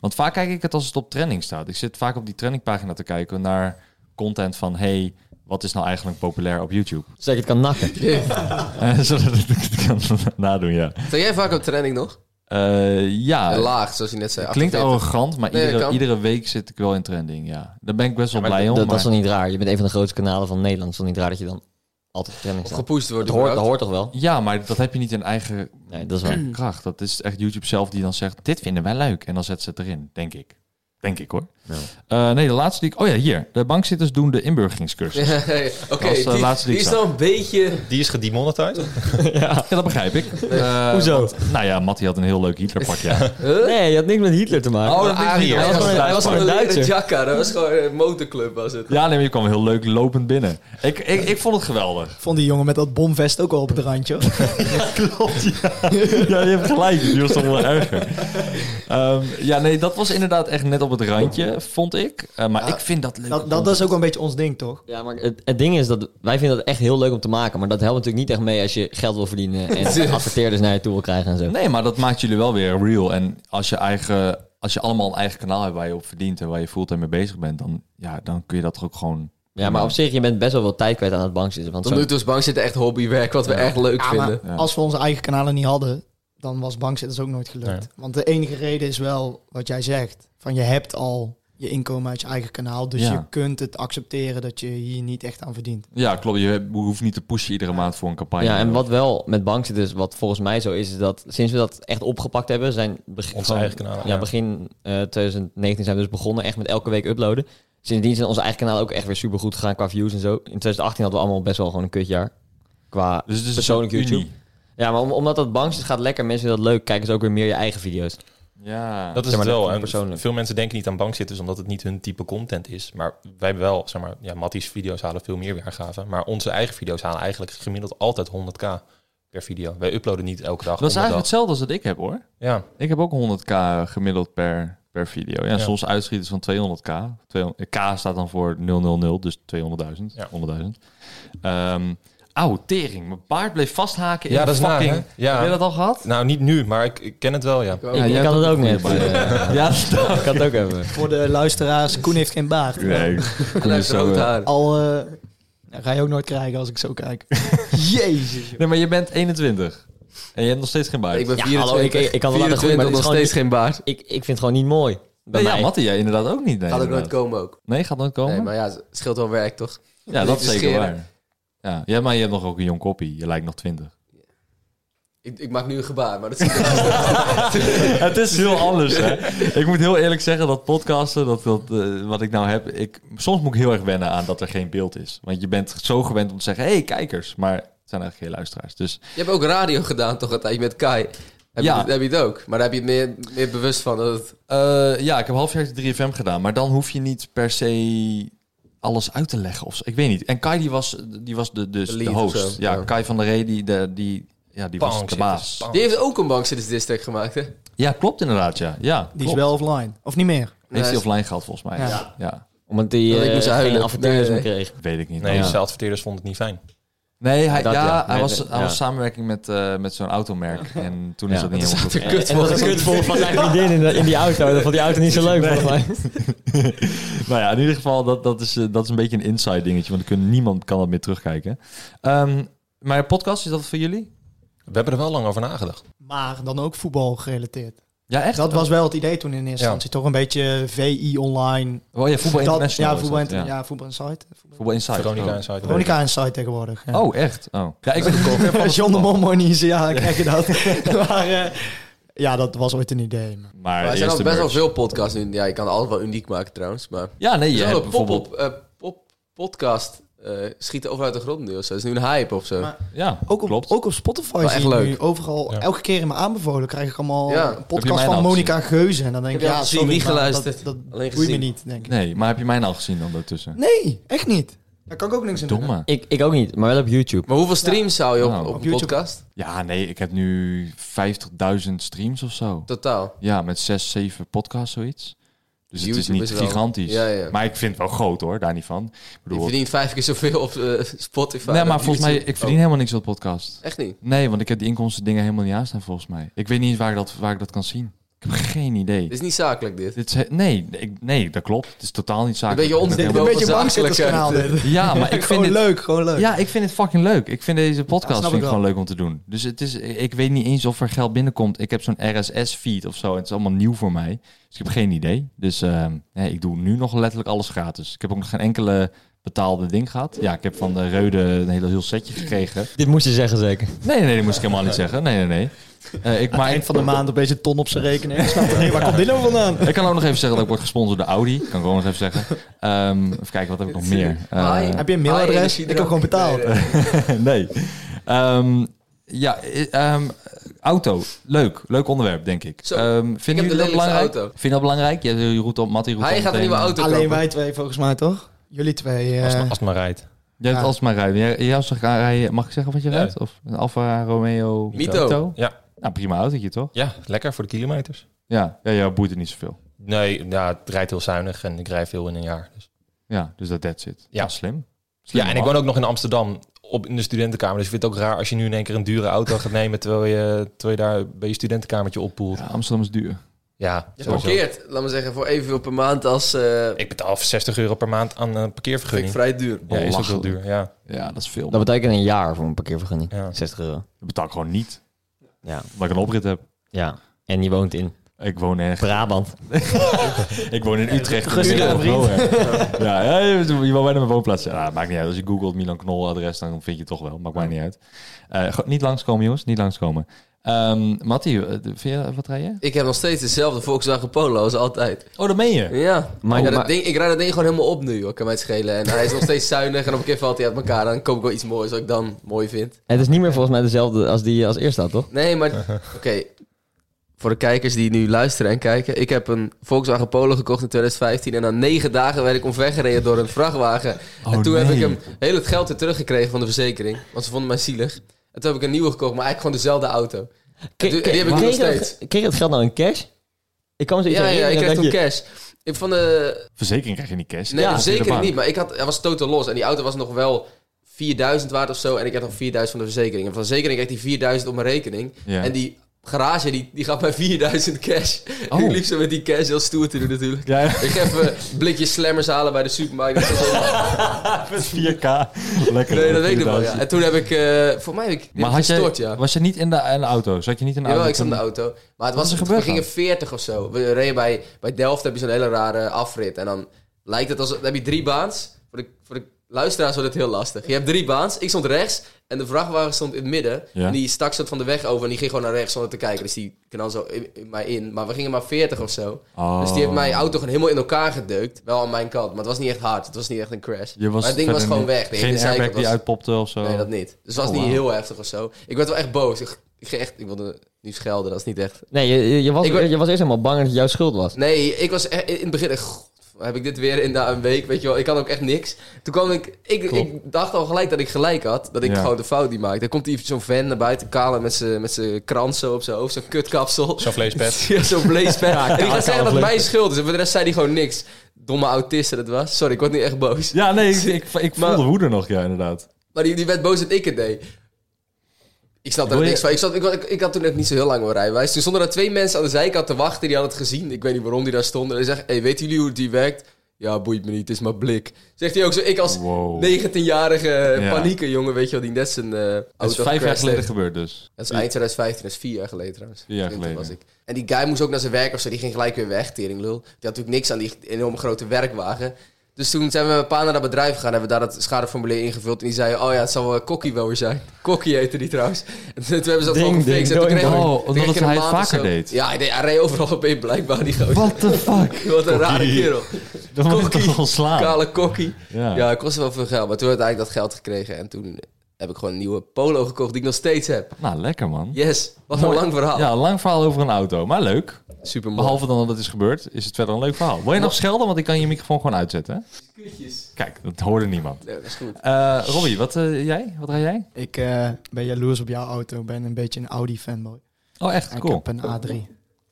[SPEAKER 2] Want vaak kijk ik het als het op trending staat. Ik zit vaak op die trendingpagina te kijken naar content van, hey, wat is nou eigenlijk populair op YouTube?
[SPEAKER 3] Zodat ik het kan nakken.
[SPEAKER 2] Eh, Zodat ik het kan nadoen, ja.
[SPEAKER 4] Sta jij vaak op training nog?
[SPEAKER 2] Eh, ja,
[SPEAKER 4] En laag, zoals je net zei.
[SPEAKER 2] klinkt
[SPEAKER 4] 48.
[SPEAKER 2] arrogant, maar
[SPEAKER 4] Nee, dat
[SPEAKER 2] iedere,
[SPEAKER 4] kan.
[SPEAKER 2] iedere week zit ik wel in trending, ja. Daar ben ik best wel
[SPEAKER 7] Ja, maar
[SPEAKER 2] blij
[SPEAKER 7] dat-
[SPEAKER 2] om.
[SPEAKER 3] Dat, dat is
[SPEAKER 2] maar-
[SPEAKER 3] toch niet raar? Je bent een van de grootste kanalen van Nederland. Het is toch niet raar dat je dan altijd op trending
[SPEAKER 4] Of
[SPEAKER 3] staat?
[SPEAKER 4] gepusht wordt.
[SPEAKER 3] Dat hoort, dat
[SPEAKER 4] überhaupt.
[SPEAKER 3] hoort toch wel?
[SPEAKER 2] Ja, maar dat heb je niet in eigen
[SPEAKER 3] Nee, dat is waar.
[SPEAKER 2] kracht. Dat is echt YouTube zelf die dan zegt: dit vinden wij leuk. En dan zet ze het erin, denk ik. Denk ik hoor. Eh, nee, de laatste die ik. Oh ja, hier. De bankzitters doen de inburgeringscursus.
[SPEAKER 4] Oké,
[SPEAKER 2] Dat was de
[SPEAKER 4] die,
[SPEAKER 2] laatste die
[SPEAKER 4] die
[SPEAKER 2] ik zag.
[SPEAKER 4] is dan een beetje...
[SPEAKER 7] Die is gedemonetized.
[SPEAKER 2] Ja, dat begrijp ik. Eh,
[SPEAKER 3] Hoezo?
[SPEAKER 2] want- nou ja, Mattie had een heel leuk Hitlerpak. Ja.
[SPEAKER 3] Nee, je had niks met Hitler te maken.
[SPEAKER 2] Oh, dat is
[SPEAKER 7] Ariër.
[SPEAKER 3] hij was gewoon een, hij was gewoon een
[SPEAKER 4] leren
[SPEAKER 3] Duitser.
[SPEAKER 4] jacka, dat was gewoon een motorclub was het.
[SPEAKER 2] ja, nee, maar je kwam heel leuk lopend binnen. Ik, ik, ik vond het geweldig.
[SPEAKER 6] Vond die jongen met dat bomvest ook al op het randje. hoor.
[SPEAKER 2] ja, je hebt gelijk. Die was toch wel erger. Ehm, ja, nee, dat was inderdaad echt net op het randje beetje, vond ik. Eh, maar
[SPEAKER 6] Ja,
[SPEAKER 2] ik vind dat leuk.
[SPEAKER 6] Dat, dat is ook wel een beetje ons ding, toch?
[SPEAKER 3] Ja, maar het, het ding is dat wij vinden dat echt heel leuk om te maken. Maar dat helpt natuurlijk niet echt mee als je geld wil verdienen en adverteerders naar je toe wil krijgen en zo.
[SPEAKER 2] Nee, maar dat maakt jullie wel weer real. En als je, eigen, als je allemaal een eigen kanaal hebt waar je op verdient en waar je fulltime mee bezig bent, dan, ja, dan kun je dat toch ook gewoon.
[SPEAKER 3] Ja, maar op zich, je bent best wel wat tijd kwijt aan het bankzitten. Want
[SPEAKER 4] Tot
[SPEAKER 3] zo,
[SPEAKER 4] nu toe is bank zitten echt hobbywerk, wat we echt leuk
[SPEAKER 6] Ja,
[SPEAKER 4] vinden.
[SPEAKER 6] maar
[SPEAKER 2] Ja.
[SPEAKER 6] als we onze eigen kanalen niet hadden, dan was bankzitters ook nooit gelukt. Want de enige reden is wel wat jij zegt. Van je hebt al je inkomen uit je eigen kanaal, dus
[SPEAKER 2] Ja.
[SPEAKER 6] je kunt het accepteren dat je hier niet echt aan verdient.
[SPEAKER 2] Ja, klopt. Je hoeft niet te pushen iedere maand voor een campagne.
[SPEAKER 3] ja, en wat wel met bankzitters, wat volgens mij zo is, is dat sinds we dat echt opgepakt hebben, zijn begin,
[SPEAKER 7] Onze
[SPEAKER 3] gewoon-
[SPEAKER 7] eigen kanalen,
[SPEAKER 3] Ja,
[SPEAKER 7] ja.
[SPEAKER 3] begin eh, 2019 zijn we dus begonnen echt met elke week uploaden. Sindsdien zijn onze eigen kanalen ook echt weer super goed gegaan qua views en zo. In 2018 hadden we allemaal best wel gewoon een kutjaar. Qua
[SPEAKER 2] Dus het is
[SPEAKER 3] persoonlijk
[SPEAKER 2] een soort
[SPEAKER 3] YouTube.
[SPEAKER 2] unie.
[SPEAKER 3] Ja, maar om- omdat dat bankzitters gaat lekker, mensen vinden dat leuk, kijken ze ook weer meer je eigen video's.
[SPEAKER 4] Oh,
[SPEAKER 2] Ja.
[SPEAKER 7] Dat is
[SPEAKER 3] Zeg maar,
[SPEAKER 7] het wel.
[SPEAKER 3] dat vind
[SPEAKER 7] En
[SPEAKER 3] ik persoonlijk.
[SPEAKER 7] Veel mensen denken niet aan bankzitters omdat het niet hun type content is. Maar wij hebben wel, zeg maar, ja, Matties video's halen veel meer weergave. Maar onze eigen video's halen eigenlijk gemiddeld altijd 100k per video. Wij uploaden niet elke dag.
[SPEAKER 2] dat is
[SPEAKER 7] 100
[SPEAKER 2] eigenlijk hetzelfde als dat ik heb hoor.
[SPEAKER 7] dag. Ja,
[SPEAKER 2] Ik heb ook 100k gemiddeld per, per video. Ja,
[SPEAKER 7] Ja.
[SPEAKER 2] soms uitschieters van 200k. 200, k staat dan voor 000, dus 200.000.
[SPEAKER 7] Ja.
[SPEAKER 2] 100.000. Ehm Auw, tering. Mijn baard bleef vasthaken in
[SPEAKER 7] Ja,
[SPEAKER 2] de
[SPEAKER 7] dat is naar,
[SPEAKER 2] fucking...
[SPEAKER 7] hè? Ja.
[SPEAKER 2] Heb je dat al gehad?
[SPEAKER 7] nou niet nu, maar ik, ik ken het wel, ja.
[SPEAKER 3] ik, ik
[SPEAKER 2] jij
[SPEAKER 3] had
[SPEAKER 2] hebt
[SPEAKER 3] het ook
[SPEAKER 2] een
[SPEAKER 3] net.
[SPEAKER 2] goede
[SPEAKER 3] eh,
[SPEAKER 2] Ja, dat
[SPEAKER 3] ik had het ook hebben.
[SPEAKER 6] Voor de luisteraars, Koen heeft geen baard.
[SPEAKER 2] Nee.
[SPEAKER 4] Hij heeft rood haar.
[SPEAKER 6] Al eh, ja, ga je ook nooit krijgen als ik zo kijk. Jezus. joh.
[SPEAKER 2] nee, maar je bent 21. En je hebt nog steeds geen baard.
[SPEAKER 4] Ik ben
[SPEAKER 3] Ja,
[SPEAKER 4] 24.
[SPEAKER 3] hallo, ik- ik- ik kan wel laten groeien,
[SPEAKER 4] 24,
[SPEAKER 3] maar dit is
[SPEAKER 4] nog
[SPEAKER 3] gewoon
[SPEAKER 4] steeds
[SPEAKER 3] niet-
[SPEAKER 4] geen baard.
[SPEAKER 3] Ik, ik vind het gewoon niet mooi. Bij
[SPEAKER 2] Nee, ja,
[SPEAKER 3] mij.
[SPEAKER 2] Mattie, jij inderdaad ook niet. Nee,
[SPEAKER 4] Gaat ook nooit
[SPEAKER 2] inderdaad.
[SPEAKER 4] komen ook.
[SPEAKER 2] Nee, gaat nooit komen?
[SPEAKER 4] Nee, maar ja, het scheelt wel werk, toch?
[SPEAKER 2] ja, dat is
[SPEAKER 4] niet te
[SPEAKER 2] zeker
[SPEAKER 4] scheren.
[SPEAKER 2] waar. Ja. ja, maar je hebt nog ook een jong koppie. Je lijkt nog 20.
[SPEAKER 4] Ik, ik maak nu een gebaar, maar dat is...
[SPEAKER 2] het is heel anders. Hè? Ik moet heel eerlijk zeggen dat podcasten, dat, dat, eh, wat ik nou heb, ik, soms moet ik heel erg wennen aan dat er geen beeld is. Want je bent zo gewend om te zeggen, hé hey, kijkers, maar het zijn eigenlijk geen luisteraars. Dus
[SPEAKER 4] Je hebt ook radio gedaan toch een tijdje met Kai. Heb,
[SPEAKER 2] Ja.
[SPEAKER 4] je, heb je het ook? Maar daar heb je het meer, meer bewust van. Dat het,
[SPEAKER 2] eh, ja, ik heb half jaar 3FM gedaan, maar dan hoef je niet per se alles uit te leggen of zo. Ik weet niet. En Kai die was, die was de, dus
[SPEAKER 4] De
[SPEAKER 2] de,
[SPEAKER 4] lead of
[SPEAKER 2] host.
[SPEAKER 4] zo.
[SPEAKER 2] Ja,
[SPEAKER 4] Ja.
[SPEAKER 2] Kai van der Ree, die, de, die, ja, die was de
[SPEAKER 7] Bankzitters,
[SPEAKER 2] baas.
[SPEAKER 7] bank-
[SPEAKER 4] die heeft ook een bankzitters-district gemaakt, hè?
[SPEAKER 2] Ja, klopt inderdaad, ja. ja
[SPEAKER 6] Die is
[SPEAKER 2] klopt.
[SPEAKER 6] wel offline. Of niet meer?
[SPEAKER 2] Heeft hij
[SPEAKER 4] Nee,
[SPEAKER 2] offline gehad volgens mij. Ja.
[SPEAKER 6] Ja.
[SPEAKER 3] Omdat die
[SPEAKER 4] Dat ik
[SPEAKER 3] eh,
[SPEAKER 4] moest huilen.
[SPEAKER 3] geen adverteerders
[SPEAKER 4] Nee,
[SPEAKER 3] meer kreeg.
[SPEAKER 2] Weet ik niet.
[SPEAKER 7] Nee,
[SPEAKER 2] Ja.
[SPEAKER 7] de adverteerders vonden het niet fijn.
[SPEAKER 2] Nee, hij,
[SPEAKER 3] Dat,
[SPEAKER 2] ja,
[SPEAKER 3] ja.
[SPEAKER 2] hij,
[SPEAKER 3] Nee,
[SPEAKER 2] was,
[SPEAKER 3] dat-
[SPEAKER 2] hij
[SPEAKER 3] ja.
[SPEAKER 2] was samenwerking met, eh, met zo'n automerk. En toen is
[SPEAKER 3] Ja,
[SPEAKER 2] dat niet helemaal goed.
[SPEAKER 4] Kut,
[SPEAKER 3] en dat was een kutvol van zijn vriendin in, de- in die auto. En dat vond die auto niet zo leuk, volgens mij.
[SPEAKER 2] nou ja, in ieder geval, dat, dat, is, eh, dat is een beetje een inside dingetje. Want er kun, niemand kan dat meer terugkijken. Ehm, maar podcast, is dat voor jullie?
[SPEAKER 7] We hebben er wel lang over nagedacht.
[SPEAKER 6] Maar dan ook voetbal gerelateerd.
[SPEAKER 2] Ja, echt?
[SPEAKER 6] Dat was wel het idee toen in eerste
[SPEAKER 7] Ja.
[SPEAKER 6] instantie. Toch een beetje VI online.
[SPEAKER 2] Oh ja, Voetbal
[SPEAKER 6] Dat-
[SPEAKER 2] International.
[SPEAKER 6] ja,
[SPEAKER 2] was
[SPEAKER 6] voetbal,
[SPEAKER 2] dat,
[SPEAKER 6] inter-
[SPEAKER 2] ja.
[SPEAKER 6] ja, voetbal Insight.
[SPEAKER 2] Voetbal Inside.
[SPEAKER 7] Veronica en
[SPEAKER 2] Oh.
[SPEAKER 7] Zuid.
[SPEAKER 6] Veronica Insight tegenwoordig. ja.
[SPEAKER 2] Oh, echt? Oh. Ja, ik
[SPEAKER 6] John de Mol niet zo, ja, krijg je dat. maar eh, ja, dat was ooit een idee. maar-
[SPEAKER 2] Maar
[SPEAKER 4] Maar er zijn al
[SPEAKER 2] eerste
[SPEAKER 4] best wel
[SPEAKER 2] merch.
[SPEAKER 4] veel podcasts nu. Ja, je kan alles wel uniek maken trouwens. Maar
[SPEAKER 2] Ja, nee,
[SPEAKER 4] er
[SPEAKER 2] je
[SPEAKER 4] is wel
[SPEAKER 2] hebt
[SPEAKER 4] een
[SPEAKER 2] bijvoorbeeld...
[SPEAKER 4] pop-up eh, pop podcast eh, schieten over uit de grond nu of zo. Dat is nu een hype of zo.
[SPEAKER 6] Maar-
[SPEAKER 2] Ja,
[SPEAKER 6] Ook op,
[SPEAKER 2] klopt.
[SPEAKER 6] ook op Spotify
[SPEAKER 4] echt
[SPEAKER 6] zie je
[SPEAKER 4] leuk.
[SPEAKER 6] nu overal,
[SPEAKER 7] Ja.
[SPEAKER 6] elke keer in mijn aanbevolen krijg ik allemaal
[SPEAKER 4] Ja.
[SPEAKER 6] een
[SPEAKER 2] Heb je
[SPEAKER 6] podcast
[SPEAKER 2] mijn
[SPEAKER 6] van
[SPEAKER 2] al
[SPEAKER 6] Monica Geuze. En dan denk
[SPEAKER 4] Heb
[SPEAKER 6] ik,
[SPEAKER 4] je al
[SPEAKER 6] ja,
[SPEAKER 4] gezien,
[SPEAKER 6] sorry,
[SPEAKER 4] niet
[SPEAKER 6] maar
[SPEAKER 4] geluisterd.
[SPEAKER 6] Dat, dat
[SPEAKER 4] Alleen
[SPEAKER 6] boeit me
[SPEAKER 4] gezien.
[SPEAKER 6] niet, denk ik.
[SPEAKER 2] Nee, maar heb je mijn al gezien dan daartussen?
[SPEAKER 6] Nee, echt niet. Daar kan ik ook niks in doen.
[SPEAKER 2] Domme.
[SPEAKER 3] Ik, ik ook niet, maar wel op YouTube.
[SPEAKER 4] Maar hoeveel streams zou je op,
[SPEAKER 2] Nou,
[SPEAKER 4] op
[SPEAKER 6] op
[SPEAKER 4] een
[SPEAKER 6] YouTube.
[SPEAKER 4] podcast?
[SPEAKER 2] Ja, nee, ik heb nu 50.000 streams of zo.
[SPEAKER 4] Totaal.
[SPEAKER 2] Ja, met zes, zeven podcasts, zoiets. Dus het is
[SPEAKER 4] YouTube
[SPEAKER 2] niet
[SPEAKER 4] is wel-
[SPEAKER 2] gigantisch.
[SPEAKER 4] Ja, ja.
[SPEAKER 2] Maar ik vind het wel groot hoor, daar niet van. Ik
[SPEAKER 4] Je
[SPEAKER 2] bedoel,
[SPEAKER 4] verdient vijf keer zoveel op eh, Spotify.
[SPEAKER 2] nee,
[SPEAKER 4] dan
[SPEAKER 2] maar
[SPEAKER 4] op
[SPEAKER 2] volgens mij,
[SPEAKER 4] YouTube.
[SPEAKER 2] ik verdien helemaal niks op podcast.
[SPEAKER 4] Oh, echt niet.
[SPEAKER 2] Nee, want ik heb die inkomsten dingen helemaal niet aanstaan volgens mij. Ik weet niet eens waar ik dat, waar ik dat kan zien. Ik heb geen idee.
[SPEAKER 4] Het is niet zakelijk dit.
[SPEAKER 2] Dit is, he- nee, ik, nee, dat klopt. Het is totaal niet
[SPEAKER 4] Een
[SPEAKER 2] zakelijk.
[SPEAKER 4] beetje ons
[SPEAKER 2] Ik ben
[SPEAKER 4] ding.
[SPEAKER 6] Een
[SPEAKER 2] helemaal-
[SPEAKER 6] beetje bankzitterskanaal dit.
[SPEAKER 2] Ja, Ah, maar ik
[SPEAKER 6] gewoon
[SPEAKER 2] vind het...
[SPEAKER 6] leuk, gewoon leuk.
[SPEAKER 2] Ja, ik vind het fucking leuk. Ik vind deze
[SPEAKER 6] Ja,
[SPEAKER 2] podcast
[SPEAKER 6] snap
[SPEAKER 2] vind ik
[SPEAKER 6] ik wel.
[SPEAKER 2] gewoon leuk om te doen. Dus het is, ik weet niet eens of er geld binnenkomt. Ik heb zo'n RSS-feed of zo. En het is allemaal nieuw voor mij. Dus ik heb geen idee. Dus ehm, nee, ik doe nu nog letterlijk alles gratis. Ik heb ook nog geen enkele betaalde ding gehad. Ja, ik heb van de Reude een hele heel setje gekregen.
[SPEAKER 3] Dit moest je zeggen, zeker.
[SPEAKER 2] Nee, nee, dat moest ik helemaal niet zeggen. Nee, nee, nee. Eh, ik, maar
[SPEAKER 6] Eind van de maand opeens een ton op zijn rekening. Ik snap er niet, waar komt dit nou vandaan?
[SPEAKER 2] ik kan ook nog even zeggen dat ik word gesponsord door Audi. Kan ik ook nog even zeggen. Ehm, even kijken, wat heb ik nog meer? Eh,
[SPEAKER 4] Hi.
[SPEAKER 6] Heb je een
[SPEAKER 4] Ah,
[SPEAKER 6] mailadres?
[SPEAKER 4] energiedrank.
[SPEAKER 6] Ik heb gewoon betaald.
[SPEAKER 4] Nee, nee.
[SPEAKER 2] nee. Ehm, ja, eh, ehm, auto. Leuk. Leuk onderwerp, denk ik.
[SPEAKER 4] Zo,
[SPEAKER 2] Ehm, vinden
[SPEAKER 4] heb de
[SPEAKER 2] jullie dat
[SPEAKER 4] lelijkste
[SPEAKER 2] belangrijk?
[SPEAKER 4] auto.
[SPEAKER 2] Vind je dat belangrijk? eh, Je, je roept op, Mattie roept
[SPEAKER 4] Hij
[SPEAKER 2] al
[SPEAKER 4] gaat een
[SPEAKER 2] meteen,
[SPEAKER 4] nieuwe
[SPEAKER 2] eh,
[SPEAKER 4] auto
[SPEAKER 6] Alleen
[SPEAKER 4] kopen.
[SPEAKER 6] wij twee volgens mij, toch? Jullie twee. eh,
[SPEAKER 7] Als, het- als het maar rijdt.
[SPEAKER 2] Jij hebt
[SPEAKER 6] Ja.
[SPEAKER 2] alsmaar rijden. Jij, jij als rijden. Mag ik zeggen wat je
[SPEAKER 7] Ja.
[SPEAKER 2] rijdt? Of een Alfa Romeo
[SPEAKER 4] Mito.
[SPEAKER 7] Ja,
[SPEAKER 2] Nou, prima autootje, toch?
[SPEAKER 7] ja, lekker voor de kilometers.
[SPEAKER 2] Ja, ja, ja boeit het niet zoveel.
[SPEAKER 7] Nee, nou, het rijdt heel zuinig en ik rij veel in een jaar. Dus.
[SPEAKER 2] Ja, dus dat that's it.
[SPEAKER 7] Ja.
[SPEAKER 2] Ja, slim. Slim
[SPEAKER 7] Ja, en ik
[SPEAKER 2] man.
[SPEAKER 7] woon ook nog in Amsterdam op, in de studentenkamer. Dus ik vind het ook raar als je nu in één keer een dure auto gaat nemen... terwijl je, terwijl je daar bij je studentenkamertje oppoelt.
[SPEAKER 2] Ja,
[SPEAKER 7] Ja,
[SPEAKER 2] Amsterdam is duur.
[SPEAKER 4] Je
[SPEAKER 7] sowieso.
[SPEAKER 4] parkeert, laat maar zeggen, voor evenveel per maand als... eh
[SPEAKER 7] Ik betaal 60 euro per maand aan een
[SPEAKER 4] vind ik
[SPEAKER 7] parkeervergunning.
[SPEAKER 4] vrij duur.
[SPEAKER 7] Ja, is ook heel
[SPEAKER 2] Belachelijk.
[SPEAKER 7] duur, ja.
[SPEAKER 2] Ja, dat is veel.
[SPEAKER 3] Dat betekent een jaar voor een parkeervergunning.
[SPEAKER 7] Ja.
[SPEAKER 3] 60 euro.
[SPEAKER 2] Dat betaal ik gewoon niet.
[SPEAKER 3] Ja.
[SPEAKER 2] Omdat ik een oprit heb.
[SPEAKER 3] Ja. En je woont in
[SPEAKER 2] Ik woon echt.
[SPEAKER 3] Brabant.
[SPEAKER 2] Ik woon in Utrecht.
[SPEAKER 3] Rustig
[SPEAKER 2] Middle
[SPEAKER 3] aan,
[SPEAKER 2] of nowhere. ja, ja, je je woont bijna mijn woonplaats. Ja, maakt niet uit. Als je googelt Milan Knol adres, dan vind je het toch wel. Maakt mij niet uit. Eh, go- niet langskomen, jongens. Niet langskomen. Ehm Mattie, eh, vind je, wat rij je?
[SPEAKER 4] Ik heb nog steeds dezelfde Volkswagen Polo als altijd.
[SPEAKER 2] Oh, dat meen je.
[SPEAKER 4] Ja,
[SPEAKER 3] Maar-
[SPEAKER 4] Ja, dat
[SPEAKER 3] maar-
[SPEAKER 4] ding, ik rijd dat ding gewoon helemaal op nu. Hoor. Kan mij het schelen. En hij is nog steeds zuinig en op een keer valt hij uit elkaar. Dan koop ik wel iets moois wat ik dan mooi vind.
[SPEAKER 3] Het is niet meer volgens mij dezelfde als die je als eerste had, toch?
[SPEAKER 4] Nee, maar oké. Voor de kijkers die nu luisteren en kijken. Ik heb een Volkswagen Polo gekocht in 2015. En na negen dagen werd ik omvergereden door een vrachtwagen. en toen heb
[SPEAKER 2] nee.
[SPEAKER 4] ik hem heel het geld weer teruggekregen van de verzekering. Want ze vonden mij zielig. En toen heb ik een nieuwe gekocht, maar eigenlijk gewoon dezelfde auto. die- die heb ik nu nog
[SPEAKER 3] kreeg je dat-
[SPEAKER 4] steeds.
[SPEAKER 3] Kreeg je dat geld nou in cash? Ik kan me zoiets
[SPEAKER 4] Ja, ja,
[SPEAKER 3] herinneren
[SPEAKER 4] ik kreeg
[SPEAKER 3] dat
[SPEAKER 4] toen
[SPEAKER 3] je-
[SPEAKER 4] cash. Ik eh, van de,
[SPEAKER 2] Verzekering krijg je niet cash.
[SPEAKER 4] Nee,
[SPEAKER 3] Ja,
[SPEAKER 4] zeker
[SPEAKER 2] baan.
[SPEAKER 4] niet. Maar ik had, hij was totaal los. En die auto was nog wel 4000 waard of zo. En ik had nog 4000 van de verzekering. En van de verzekering kreeg ik die 4000 op mijn rekening.
[SPEAKER 2] Ja.
[SPEAKER 4] En die garage, die, die gaf mij 4000 cash.
[SPEAKER 2] Oh.
[SPEAKER 4] Ik liep zo met die cash heel stoer te doen natuurlijk.
[SPEAKER 2] Ja, ja.
[SPEAKER 4] Ik ga even blikjes slammers halen bij de supermarkt. Dat was allemaal-
[SPEAKER 2] 4K. Lekker.
[SPEAKER 4] nee, dat weet ik wel, ja.
[SPEAKER 2] 4000.
[SPEAKER 4] En toen heb ik, eh voor mij heb ik,
[SPEAKER 2] Maar had
[SPEAKER 4] gestort,
[SPEAKER 2] je,
[SPEAKER 4] ja.
[SPEAKER 2] was je niet in de, in de auto? Zat je niet in de
[SPEAKER 4] Jawel,
[SPEAKER 2] auto?
[SPEAKER 4] ik zat in de
[SPEAKER 2] toen-
[SPEAKER 4] auto. Maar het
[SPEAKER 2] Wat is
[SPEAKER 4] was,
[SPEAKER 2] er
[SPEAKER 4] we
[SPEAKER 2] gebeurd
[SPEAKER 4] gingen 40 of zo. We reden bij, bij Delft, heb je zo'n hele rare afrit. En dan lijkt het als... Dan heb je drie baans. Voor de, voor de luisteraars wordt het heel lastig. Je hebt drie baans. Ik stond rechts en de vrachtwagen stond in het midden.
[SPEAKER 2] Ja.
[SPEAKER 4] En die stak soort van de weg over en die ging gewoon naar rechts zonder te kijken. Dus die knal zo in, in mij in. Maar we gingen maar 40 of zo.
[SPEAKER 2] Oh.
[SPEAKER 4] Dus die heeft mijn auto gewoon helemaal in elkaar gedeukt. Wel aan mijn kant. Maar het was niet echt hard. Het was niet echt een crash.
[SPEAKER 2] Je was
[SPEAKER 4] maar het ding was
[SPEAKER 2] verder
[SPEAKER 4] gewoon
[SPEAKER 2] niet-
[SPEAKER 4] weg. De hele
[SPEAKER 2] Geen
[SPEAKER 4] zijkant
[SPEAKER 2] airbag die
[SPEAKER 4] was-
[SPEAKER 2] uitpopte of zo?
[SPEAKER 4] Nee, dat niet. Dus het was
[SPEAKER 2] Oh,
[SPEAKER 4] niet
[SPEAKER 2] wauw.
[SPEAKER 4] heel heftig of zo. Ik werd wel echt boos. Ik, ik, ging echt, ik wilde niet schelden, dat is niet echt.
[SPEAKER 3] Nee, je, je, je was,
[SPEAKER 4] Ik wa-
[SPEAKER 3] je was eerst helemaal bang dat het jouw schuld was.
[SPEAKER 4] Nee, ik was echt, in het begin echt... "God, Heb ik dit weer in na een week, weet je wel. Ik kan ook echt niks. Toen kwam ik... Ik, ik dacht al gelijk dat ik gelijk had. Dat ik
[SPEAKER 2] Ja.
[SPEAKER 4] gewoon de fout die maakte. Dan komt hier zo'n fan naar buiten, kale met zijn met zijn krans zo op zijn hoofd. Zo'n kutkapsel.
[SPEAKER 7] Zo'n vleespet.
[SPEAKER 4] Ja, zo'n vleespet. en die gaat zeggen dat het mijn schuld is. En voor de rest zei hij gewoon niks. Domme autisten dat was. Sorry, ik word nu echt boos.
[SPEAKER 2] Ja, nee, ik, ik, ik voelde
[SPEAKER 4] Maar-
[SPEAKER 2] woede nog, ja, inderdaad.
[SPEAKER 4] Maar die, die werd boos dat ik het deed. Ik snap daar
[SPEAKER 2] Wil je-
[SPEAKER 4] niks van. Ik, zat, ik, ik, ik had toen net niet zo heel lang mijn rijbewijs. Toen stonden er twee mensen aan de zijkant te wachten. Die hadden het gezien. Ik weet niet waarom die daar stonden. En die zeggen, hey, weten jullie hoe die werkt? Ja, boeit me niet. Het is maar blik. Zegt hij ook zo. Ik als
[SPEAKER 2] Wow.
[SPEAKER 4] 19-jarige
[SPEAKER 2] Ja.
[SPEAKER 4] paniekenjongen, weet je wel, die net zijn eh auto
[SPEAKER 2] Dat is vijf jaar
[SPEAKER 4] gecrashed
[SPEAKER 2] geleden
[SPEAKER 4] heeft.
[SPEAKER 2] gebeurd dus.
[SPEAKER 4] Dat is eind 2015, dat is vier jaar geleden trouwens.
[SPEAKER 2] Vier jaar
[SPEAKER 4] 20
[SPEAKER 2] geleden.
[SPEAKER 4] Was ik. En die guy moest ook naar zijn werk of zo. Die ging gelijk weer weg, teringlul. Die had natuurlijk niks aan die enorme grote werkwagen. Dus toen zijn we met een paar naar dat bedrijf gegaan. Hebben we daar dat schadeformulier ingevuld. En die zei, oh ja, het zal wel Kokkie wel weer zijn. Kokkie heette die trouwens. En toen hebben ze dat
[SPEAKER 3] Ding,
[SPEAKER 4] gewoon gefixt. En
[SPEAKER 3] ding,
[SPEAKER 4] toen
[SPEAKER 3] doing,
[SPEAKER 4] kreeg ik-
[SPEAKER 2] doing. Oh,
[SPEAKER 4] toen
[SPEAKER 2] omdat
[SPEAKER 4] kreeg ik
[SPEAKER 2] het
[SPEAKER 4] een
[SPEAKER 2] hij het
[SPEAKER 4] maand of
[SPEAKER 2] vaker
[SPEAKER 4] zo.
[SPEAKER 2] deed.
[SPEAKER 4] Ja, hij, deed- hij reed overal op in blijkbaar, die gozer.
[SPEAKER 2] What the fuck?
[SPEAKER 4] Wat een rare kerel.
[SPEAKER 2] Dat moet ik toch ontslaan?
[SPEAKER 4] Kale Kokkie.
[SPEAKER 2] Ja.
[SPEAKER 4] Ja, het kostte wel veel geld. Maar toen had ik eigenlijk dat geld gekregen. En toen heb ik gewoon een nieuwe polo gekocht die ik nog steeds heb.
[SPEAKER 2] Nou, lekker man.
[SPEAKER 4] Yes, wat een lang verhaal.
[SPEAKER 2] Ja, lang verhaal over een auto, maar leuk.
[SPEAKER 4] Super mooi.
[SPEAKER 2] Behalve dan dat het is gebeurd, is het verder een leuk verhaal. Wil je nog schelden? Want ik kan je microfoon gewoon uitzetten. hè? Kijk, dat hoorde niemand.
[SPEAKER 4] dat is goed.
[SPEAKER 2] Eh Robbie, wat eh, jij? Wat rij jij?
[SPEAKER 6] Ik eh, ben jaloers op jouw auto. Ik ben een beetje een Audi-fanboy.
[SPEAKER 2] Oh, echt?
[SPEAKER 6] En
[SPEAKER 2] Cool.
[SPEAKER 6] Ik heb een A3.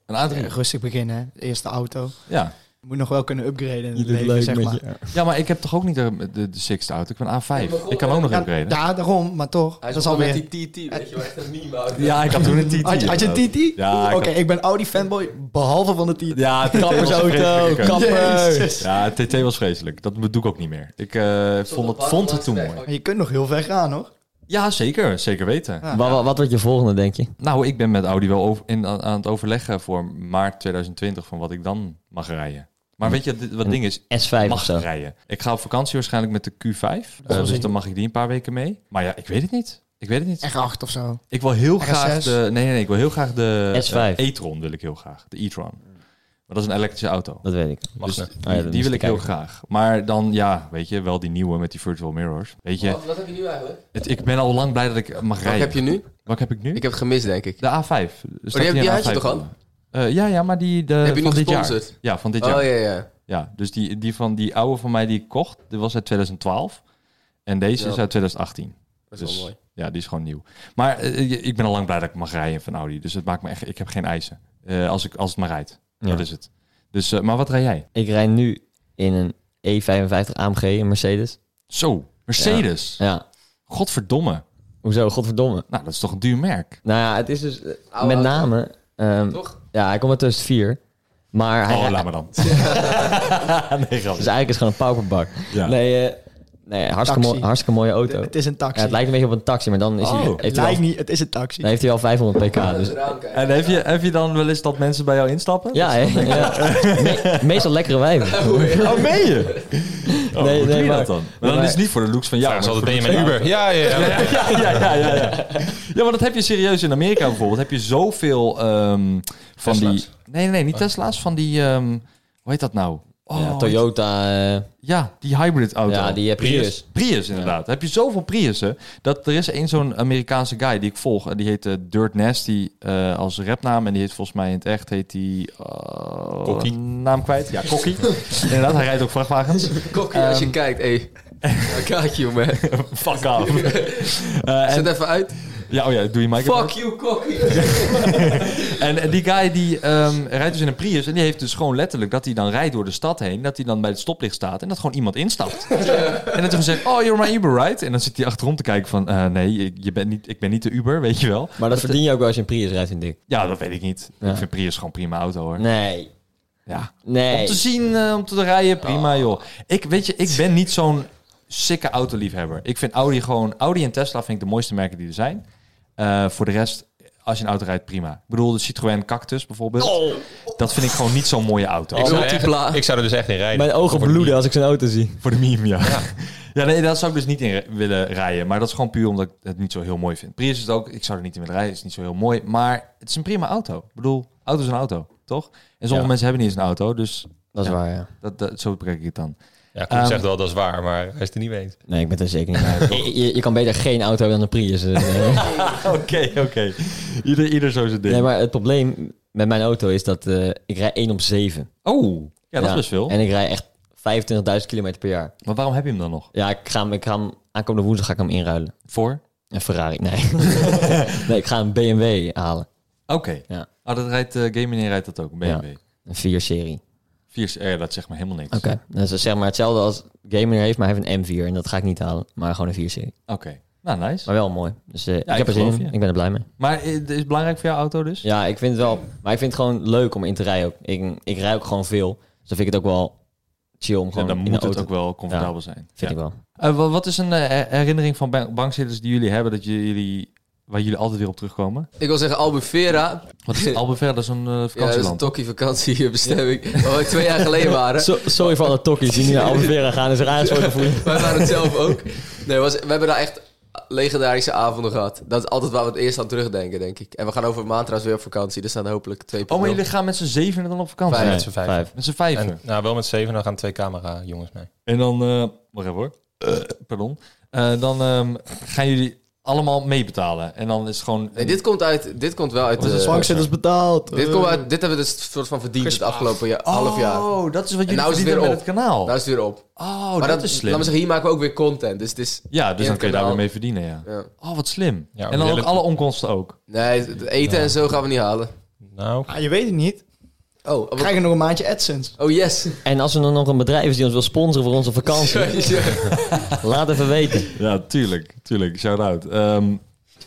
[SPEAKER 2] Een A3.
[SPEAKER 6] Eh, Rustig beginnen, hè. Eerste auto.
[SPEAKER 2] Ja.
[SPEAKER 6] Je moet nog wel kunnen upgraden
[SPEAKER 3] Je
[SPEAKER 6] in het
[SPEAKER 3] doet
[SPEAKER 6] leven,
[SPEAKER 3] leuk
[SPEAKER 6] zeg
[SPEAKER 3] met
[SPEAKER 6] maar.
[SPEAKER 3] je-
[SPEAKER 2] ja, maar ik heb toch ook niet de, de, de sixth auto? Ik ben A5. ik kan ook nog
[SPEAKER 6] Ja,
[SPEAKER 2] upgraden.
[SPEAKER 6] ja, daarom, maar toch.
[SPEAKER 4] Hij
[SPEAKER 6] Dat
[SPEAKER 4] is
[SPEAKER 6] is
[SPEAKER 4] alweer
[SPEAKER 6] alweer...
[SPEAKER 4] met die TT, weet je wel, echt een meme auto.
[SPEAKER 2] Ja, ik had toen een TT.
[SPEAKER 6] Had je, had je een
[SPEAKER 2] inderdaad.
[SPEAKER 6] TT?
[SPEAKER 2] Ja, ik
[SPEAKER 6] Oké,
[SPEAKER 2] had-
[SPEAKER 6] ik ben Audi-fanboy, behalve van de TT.
[SPEAKER 2] Ja, TT was
[SPEAKER 3] Kappersauto,
[SPEAKER 2] verschrikkelijk.
[SPEAKER 3] kapper.
[SPEAKER 6] Jezus.
[SPEAKER 2] Ja, TT was vreselijk. Dat doe ik ook niet meer. Ik eh, vond, het, vond het toen mooi.
[SPEAKER 6] Maar je kunt nog heel ver gaan, hoor.
[SPEAKER 2] Ja, zeker. Zeker weten.
[SPEAKER 6] Ja.
[SPEAKER 3] Wat, wat, wat wordt je volgende, denk je?
[SPEAKER 2] Nou, ik ben met Audi wel over, in, aan aan het overleggen voor maart 2020 van wat ik dan mag rijden. Maar weet je dit- wat het ding is?
[SPEAKER 3] S5 of
[SPEAKER 2] Mag
[SPEAKER 3] zo.
[SPEAKER 2] rijden. Ik ga op vakantie waarschijnlijk met de Q5. eh, dus
[SPEAKER 6] zien.
[SPEAKER 2] dan mag ik die een paar weken mee. Maar ja, ik weet het niet. Ik weet het niet.
[SPEAKER 6] R8 of zo.
[SPEAKER 2] Ik wil heel
[SPEAKER 6] RS6?
[SPEAKER 2] graag de... Nee, nee, nee, ik wil heel graag de... eh,
[SPEAKER 3] S5.
[SPEAKER 2] e-tron wil ik heel graag. De e-tron. Maar dat is een elektrische auto.
[SPEAKER 3] Dat weet ik. Oh
[SPEAKER 7] Mag
[SPEAKER 2] Dus
[SPEAKER 7] ze.
[SPEAKER 2] die,
[SPEAKER 3] dan moet
[SPEAKER 2] die
[SPEAKER 3] je
[SPEAKER 2] wil ik heel
[SPEAKER 3] kijken.
[SPEAKER 2] graag. Maar dan, ja, weet je, wel die nieuwe met die virtual mirrors. Weet je,
[SPEAKER 4] Wat, wat heb je nu eigenlijk?
[SPEAKER 2] het, ik ben al lang blij dat ik mag
[SPEAKER 4] Oh. Wat
[SPEAKER 2] rijden.
[SPEAKER 4] heb je nu?
[SPEAKER 2] Wat heb ik nu?
[SPEAKER 4] Ik heb gemist, denk ik.
[SPEAKER 2] De A5. Staat
[SPEAKER 4] Oh, die heb-
[SPEAKER 2] in
[SPEAKER 4] die had je
[SPEAKER 2] A5
[SPEAKER 4] toch al?
[SPEAKER 2] onder? Eh, ja, ja, maar die de,
[SPEAKER 4] Heb je
[SPEAKER 2] van
[SPEAKER 4] nu
[SPEAKER 2] dit jaar.
[SPEAKER 4] gesponsord?
[SPEAKER 2] Ja, van dit
[SPEAKER 4] Oh
[SPEAKER 2] jaar.
[SPEAKER 4] ja,
[SPEAKER 2] Ja.
[SPEAKER 4] ja.
[SPEAKER 2] dus die, die van die oude van mij die ik kocht, die was uit 2012. En deze
[SPEAKER 4] Ja.
[SPEAKER 2] is uit 2018.
[SPEAKER 4] Dat is wel
[SPEAKER 2] Dus-
[SPEAKER 4] mooi.
[SPEAKER 2] Ja, die is gewoon nieuw. Maar eh, je- ik ben al lang blij dat ik mag rijden van Audi. Dus het maakt me echt, ik heb geen eisen. Eh, als, ik, als het maar rijdt.
[SPEAKER 3] Ja.
[SPEAKER 2] Dat is het. Dus, eh, maar wat rij jij?
[SPEAKER 3] Ik rijd nu in een E E55 AMG, een Mercedes.
[SPEAKER 2] Zo, Mercedes.
[SPEAKER 3] Ja,
[SPEAKER 2] Godverdomme.
[SPEAKER 3] hoezo? Godverdomme.
[SPEAKER 2] Nou, dat is toch een duur merk.
[SPEAKER 3] Nou ja, het is dus eh,
[SPEAKER 4] Oude
[SPEAKER 3] met
[SPEAKER 4] auto.
[SPEAKER 3] name... ehm,
[SPEAKER 4] Toch?
[SPEAKER 3] ja, hij komt uit 2004. Maar hij,
[SPEAKER 2] Oh, laat maar dan. nee, grapje.
[SPEAKER 3] dus eigenlijk is het gewoon een pauperbak.
[SPEAKER 2] Ja.
[SPEAKER 3] Nee, eh, nee hartstikke,
[SPEAKER 6] Taxi.
[SPEAKER 3] mooi- hartstikke mooie auto.
[SPEAKER 6] Het is een taxi.
[SPEAKER 3] Ja, het lijkt een beetje op een taxi, maar dan is hij,
[SPEAKER 2] Oh.
[SPEAKER 3] heeft,
[SPEAKER 6] Het
[SPEAKER 3] hij
[SPEAKER 6] lijkt
[SPEAKER 3] al,
[SPEAKER 6] niet, het is een taxi.
[SPEAKER 3] dan heeft hij al 500 pk. Dus,
[SPEAKER 2] En heb je, heb je dan wel eens dat mensen bij jou instappen?
[SPEAKER 3] ja, hè, ja. Me- meestal lekkere wijven.
[SPEAKER 2] Oh, meen je? Oh,
[SPEAKER 3] Nee,
[SPEAKER 2] hoe doe
[SPEAKER 3] nee,
[SPEAKER 2] je
[SPEAKER 3] maar-
[SPEAKER 2] dat dan? Maar dan
[SPEAKER 3] maar-
[SPEAKER 2] is het niet voor de looks van jou.
[SPEAKER 7] Ja,
[SPEAKER 2] maar
[SPEAKER 7] zal
[SPEAKER 2] voor
[SPEAKER 7] ben je
[SPEAKER 2] de
[SPEAKER 7] met
[SPEAKER 2] looks
[SPEAKER 7] Uber? Ja, ja, ja.
[SPEAKER 2] van jou. Ja, ja, ja, ja, ja. Ja, maar dat heb je serieus in Amerika bijvoorbeeld. Heb je zoveel ehm, van
[SPEAKER 7] Tesla's.
[SPEAKER 2] die... Nee, nee, nee, niet Tesla's. Van die... ehm, hoe heet dat nou? Oh,
[SPEAKER 3] Ja, Toyota, eh,
[SPEAKER 2] Ja, die hybrid auto.
[SPEAKER 3] ja, die eh, Prius.
[SPEAKER 2] Prius, inderdaad. Heb je zoveel Priussen. Dat er is één zo'n Amerikaanse guy die ik volg. en Die heet eh, Dirt Nasty eh, als rapnaam. En die heet volgens mij in het echt, heet die... eh,
[SPEAKER 7] Kokkie.
[SPEAKER 2] Naam kwijt? Ja, Kokkie. inderdaad, hij rijdt ook vrachtwagens.
[SPEAKER 4] Kokkie, als
[SPEAKER 2] Ehm.
[SPEAKER 4] je kijkt, hé. Hey. Kijk, jongen.
[SPEAKER 2] Fuck off. Eh, en-
[SPEAKER 4] Zet even uit.
[SPEAKER 2] ja, oh ja, doe je Mike
[SPEAKER 4] Fuck you, Kokkie.
[SPEAKER 2] En eh, die guy die ehm, rijdt dus in een Prius. En die heeft dus gewoon letterlijk dat hij dan rijdt door de stad heen. Dat hij dan bij het stoplicht staat. En dat gewoon iemand instapt. En dat hij zegt, oh, you're my Uber, right? En dan zit hij achterom te kijken van, eh, nee, je- je bent niet, ik ben niet de Uber, weet je wel.
[SPEAKER 3] Maar dat verdien je ook wel als je een Prius rijdt, vind ik.
[SPEAKER 2] Ja, dat weet ik niet.
[SPEAKER 3] Ja.
[SPEAKER 2] Ik vind Prius gewoon prima auto, hoor.
[SPEAKER 3] Nee,
[SPEAKER 2] Ja. Om
[SPEAKER 3] nee.
[SPEAKER 2] te zien, eh, om te rijden, prima, joh. Ik, weet je, ik ben niet zo'n sikke autoliefhebber. Ik vind Audi gewoon... Audi en Tesla vind ik de mooiste merken die er zijn. Eh, voor de rest, als je een auto rijdt, prima. Ik bedoel, de Citroën Cactus bijvoorbeeld. Dat vind ik gewoon niet zo'n mooie auto.
[SPEAKER 7] Ik zou, er
[SPEAKER 4] Multipla.
[SPEAKER 7] echt, ik zou er dus echt in rijden.
[SPEAKER 3] Mijn ogen
[SPEAKER 7] Voor de
[SPEAKER 3] bloeden als ik zo'n auto zie.
[SPEAKER 2] Voor de meme, ja. ja. nee, daar zou ik dus niet in ri- willen rijden. Maar dat is gewoon puur omdat ik het niet zo heel mooi vind. Prius is het ook, ik zou er niet in willen rijden. is niet zo heel mooi. Maar het is een prima auto. Ik bedoel, auto is een auto, toch? En sommige
[SPEAKER 7] Ja.
[SPEAKER 2] mensen hebben niet eens een auto. Dus
[SPEAKER 3] Dat is
[SPEAKER 2] Ja.
[SPEAKER 3] waar, ja.
[SPEAKER 2] dat, dat, zo bekijk ik het dan.
[SPEAKER 7] Ja, Koen
[SPEAKER 2] Ehm,
[SPEAKER 7] zegt wel dat is waar, maar hij is het er niet mee eens.
[SPEAKER 3] Nee, ik ben er zeker niet uit. je, je- je kan beter geen auto hebben dan een Prius. eh.
[SPEAKER 2] Oké, oké. Ieder, ieder zo zijn ding.
[SPEAKER 3] nee, maar het probleem met mijn auto is dat eh, ik rij 1 op 7.
[SPEAKER 2] Oh, ja, dat is best veel.
[SPEAKER 3] En ik rij echt 25.000 kilometer per jaar.
[SPEAKER 2] Maar waarom heb je hem dan nog?
[SPEAKER 3] Ja, ik ga hem, ik ga hem aankomende woensdag ga ik hem inruilen.
[SPEAKER 2] Voor?
[SPEAKER 3] Een Ferrari, nee. nee, ik ga een BMW halen.
[SPEAKER 2] Oké.
[SPEAKER 3] Ja.
[SPEAKER 2] Oh, dat rijdt eh Game Meneer rijdt dat ook, een BMW.
[SPEAKER 3] Een 4-serie.
[SPEAKER 2] Vier, eh, dat zegt me helemaal niks.
[SPEAKER 3] Oké. Dat is zeg maar hetzelfde als Gamer heeft, maar hij heeft een M4. En dat ga ik niet halen, maar gewoon een 4-serie.
[SPEAKER 2] Oké. Nou, nice.
[SPEAKER 3] Maar wel mooi. Dus eh, ik
[SPEAKER 2] ik
[SPEAKER 3] heb er zin
[SPEAKER 2] geloof
[SPEAKER 3] in.
[SPEAKER 2] je.
[SPEAKER 3] Ik ben er blij mee.
[SPEAKER 2] Maar eh, het is belangrijk voor jouw auto dus?
[SPEAKER 3] Ja, ik vind het wel... Maar ik vind het gewoon leuk om in te rijden ook. Ik, ik rij ook gewoon veel. Dus dan vind ik het ook wel chill om
[SPEAKER 2] Ja,
[SPEAKER 3] gewoon
[SPEAKER 2] dan
[SPEAKER 3] in de
[SPEAKER 2] moet
[SPEAKER 3] auto...
[SPEAKER 2] het ook wel comfortabel zijn. Ja.
[SPEAKER 3] Vind ik wel.
[SPEAKER 2] Eh, wa- wat is een eh, her- herinnering van ban- bankzitters die jullie hebben, dat jullie, waar jullie altijd weer op terugkomen?
[SPEAKER 4] Ik wil zeggen Albufeera.
[SPEAKER 2] Wat is Albufeira, dat is een eh,
[SPEAKER 4] Ja, dat is een
[SPEAKER 2] vakantieland.
[SPEAKER 4] tokkie vakantiebestemming. Waar we twee jaar geleden waren.
[SPEAKER 3] So- sorry voor alle tokkies die nu naar Albufeira gaan. Is er aangesproken voor je?
[SPEAKER 4] Wij waren het zelf ook. Nee, was, we hebben daar echt legendarische avonden gehad. Dat is altijd waar we het eerst aan terugdenken, denk ik. En we gaan over een maand trouwens weer op vakantie. dus Er staan hopelijk twee
[SPEAKER 2] oh, maar
[SPEAKER 4] per-
[SPEAKER 2] jullie gaan met z'n zevenen dan op vakantie?
[SPEAKER 7] Vijf.
[SPEAKER 2] Nee.
[SPEAKER 7] Met z'n vijf.
[SPEAKER 3] Vijf.
[SPEAKER 2] Met z'n vijven.
[SPEAKER 7] En, nou, wel met zeven, dan gaan twee camera jongens mee.
[SPEAKER 2] En dan, eh wacht even hoor, Eh, pardon. Eh, dan ehm, gaan jullie allemaal meebetalen. En dan is het gewoon...
[SPEAKER 4] Nee, dit komt uit... Dit komt wel uit...
[SPEAKER 2] Wat is
[SPEAKER 4] eh,
[SPEAKER 2] het
[SPEAKER 6] Bankzitters betaald.
[SPEAKER 4] dit,
[SPEAKER 6] Eh,
[SPEAKER 4] komt uit dit hebben we dus soort van verdiend het afgelopen jaar,
[SPEAKER 2] Oh,
[SPEAKER 4] half jaar.
[SPEAKER 2] dat is wat jullie
[SPEAKER 4] nou is het
[SPEAKER 2] verdienen
[SPEAKER 4] weer
[SPEAKER 2] met het kanaal.
[SPEAKER 4] Nou is het weer op.
[SPEAKER 2] Oh,
[SPEAKER 4] maar
[SPEAKER 2] dat, is slim.
[SPEAKER 4] Laten we zeggen, hier maken we ook weer content. Dus het is...
[SPEAKER 2] ja, dus
[SPEAKER 4] in
[SPEAKER 2] dan
[SPEAKER 4] het
[SPEAKER 2] kun je daar weer
[SPEAKER 4] kanaal.
[SPEAKER 2] mee verdienen, ja.
[SPEAKER 4] Ja.
[SPEAKER 2] Oh, wat slim.
[SPEAKER 7] Ja,
[SPEAKER 2] en dan ook
[SPEAKER 7] redelijk-
[SPEAKER 2] alle onkosten ook.
[SPEAKER 4] Nee, het eten en zo gaan we niet halen.
[SPEAKER 7] Nou,
[SPEAKER 6] ah, je weet het niet.
[SPEAKER 4] Oh, wat-
[SPEAKER 6] Krijg je nog een maandje AdSense.
[SPEAKER 4] oh yes.
[SPEAKER 3] En als er dan nog een bedrijf is die ons wil sponsoren voor onze vakantie, laat even weten.
[SPEAKER 2] Ja, tuurlijk. Tuurlijk, shout-out. Ehm,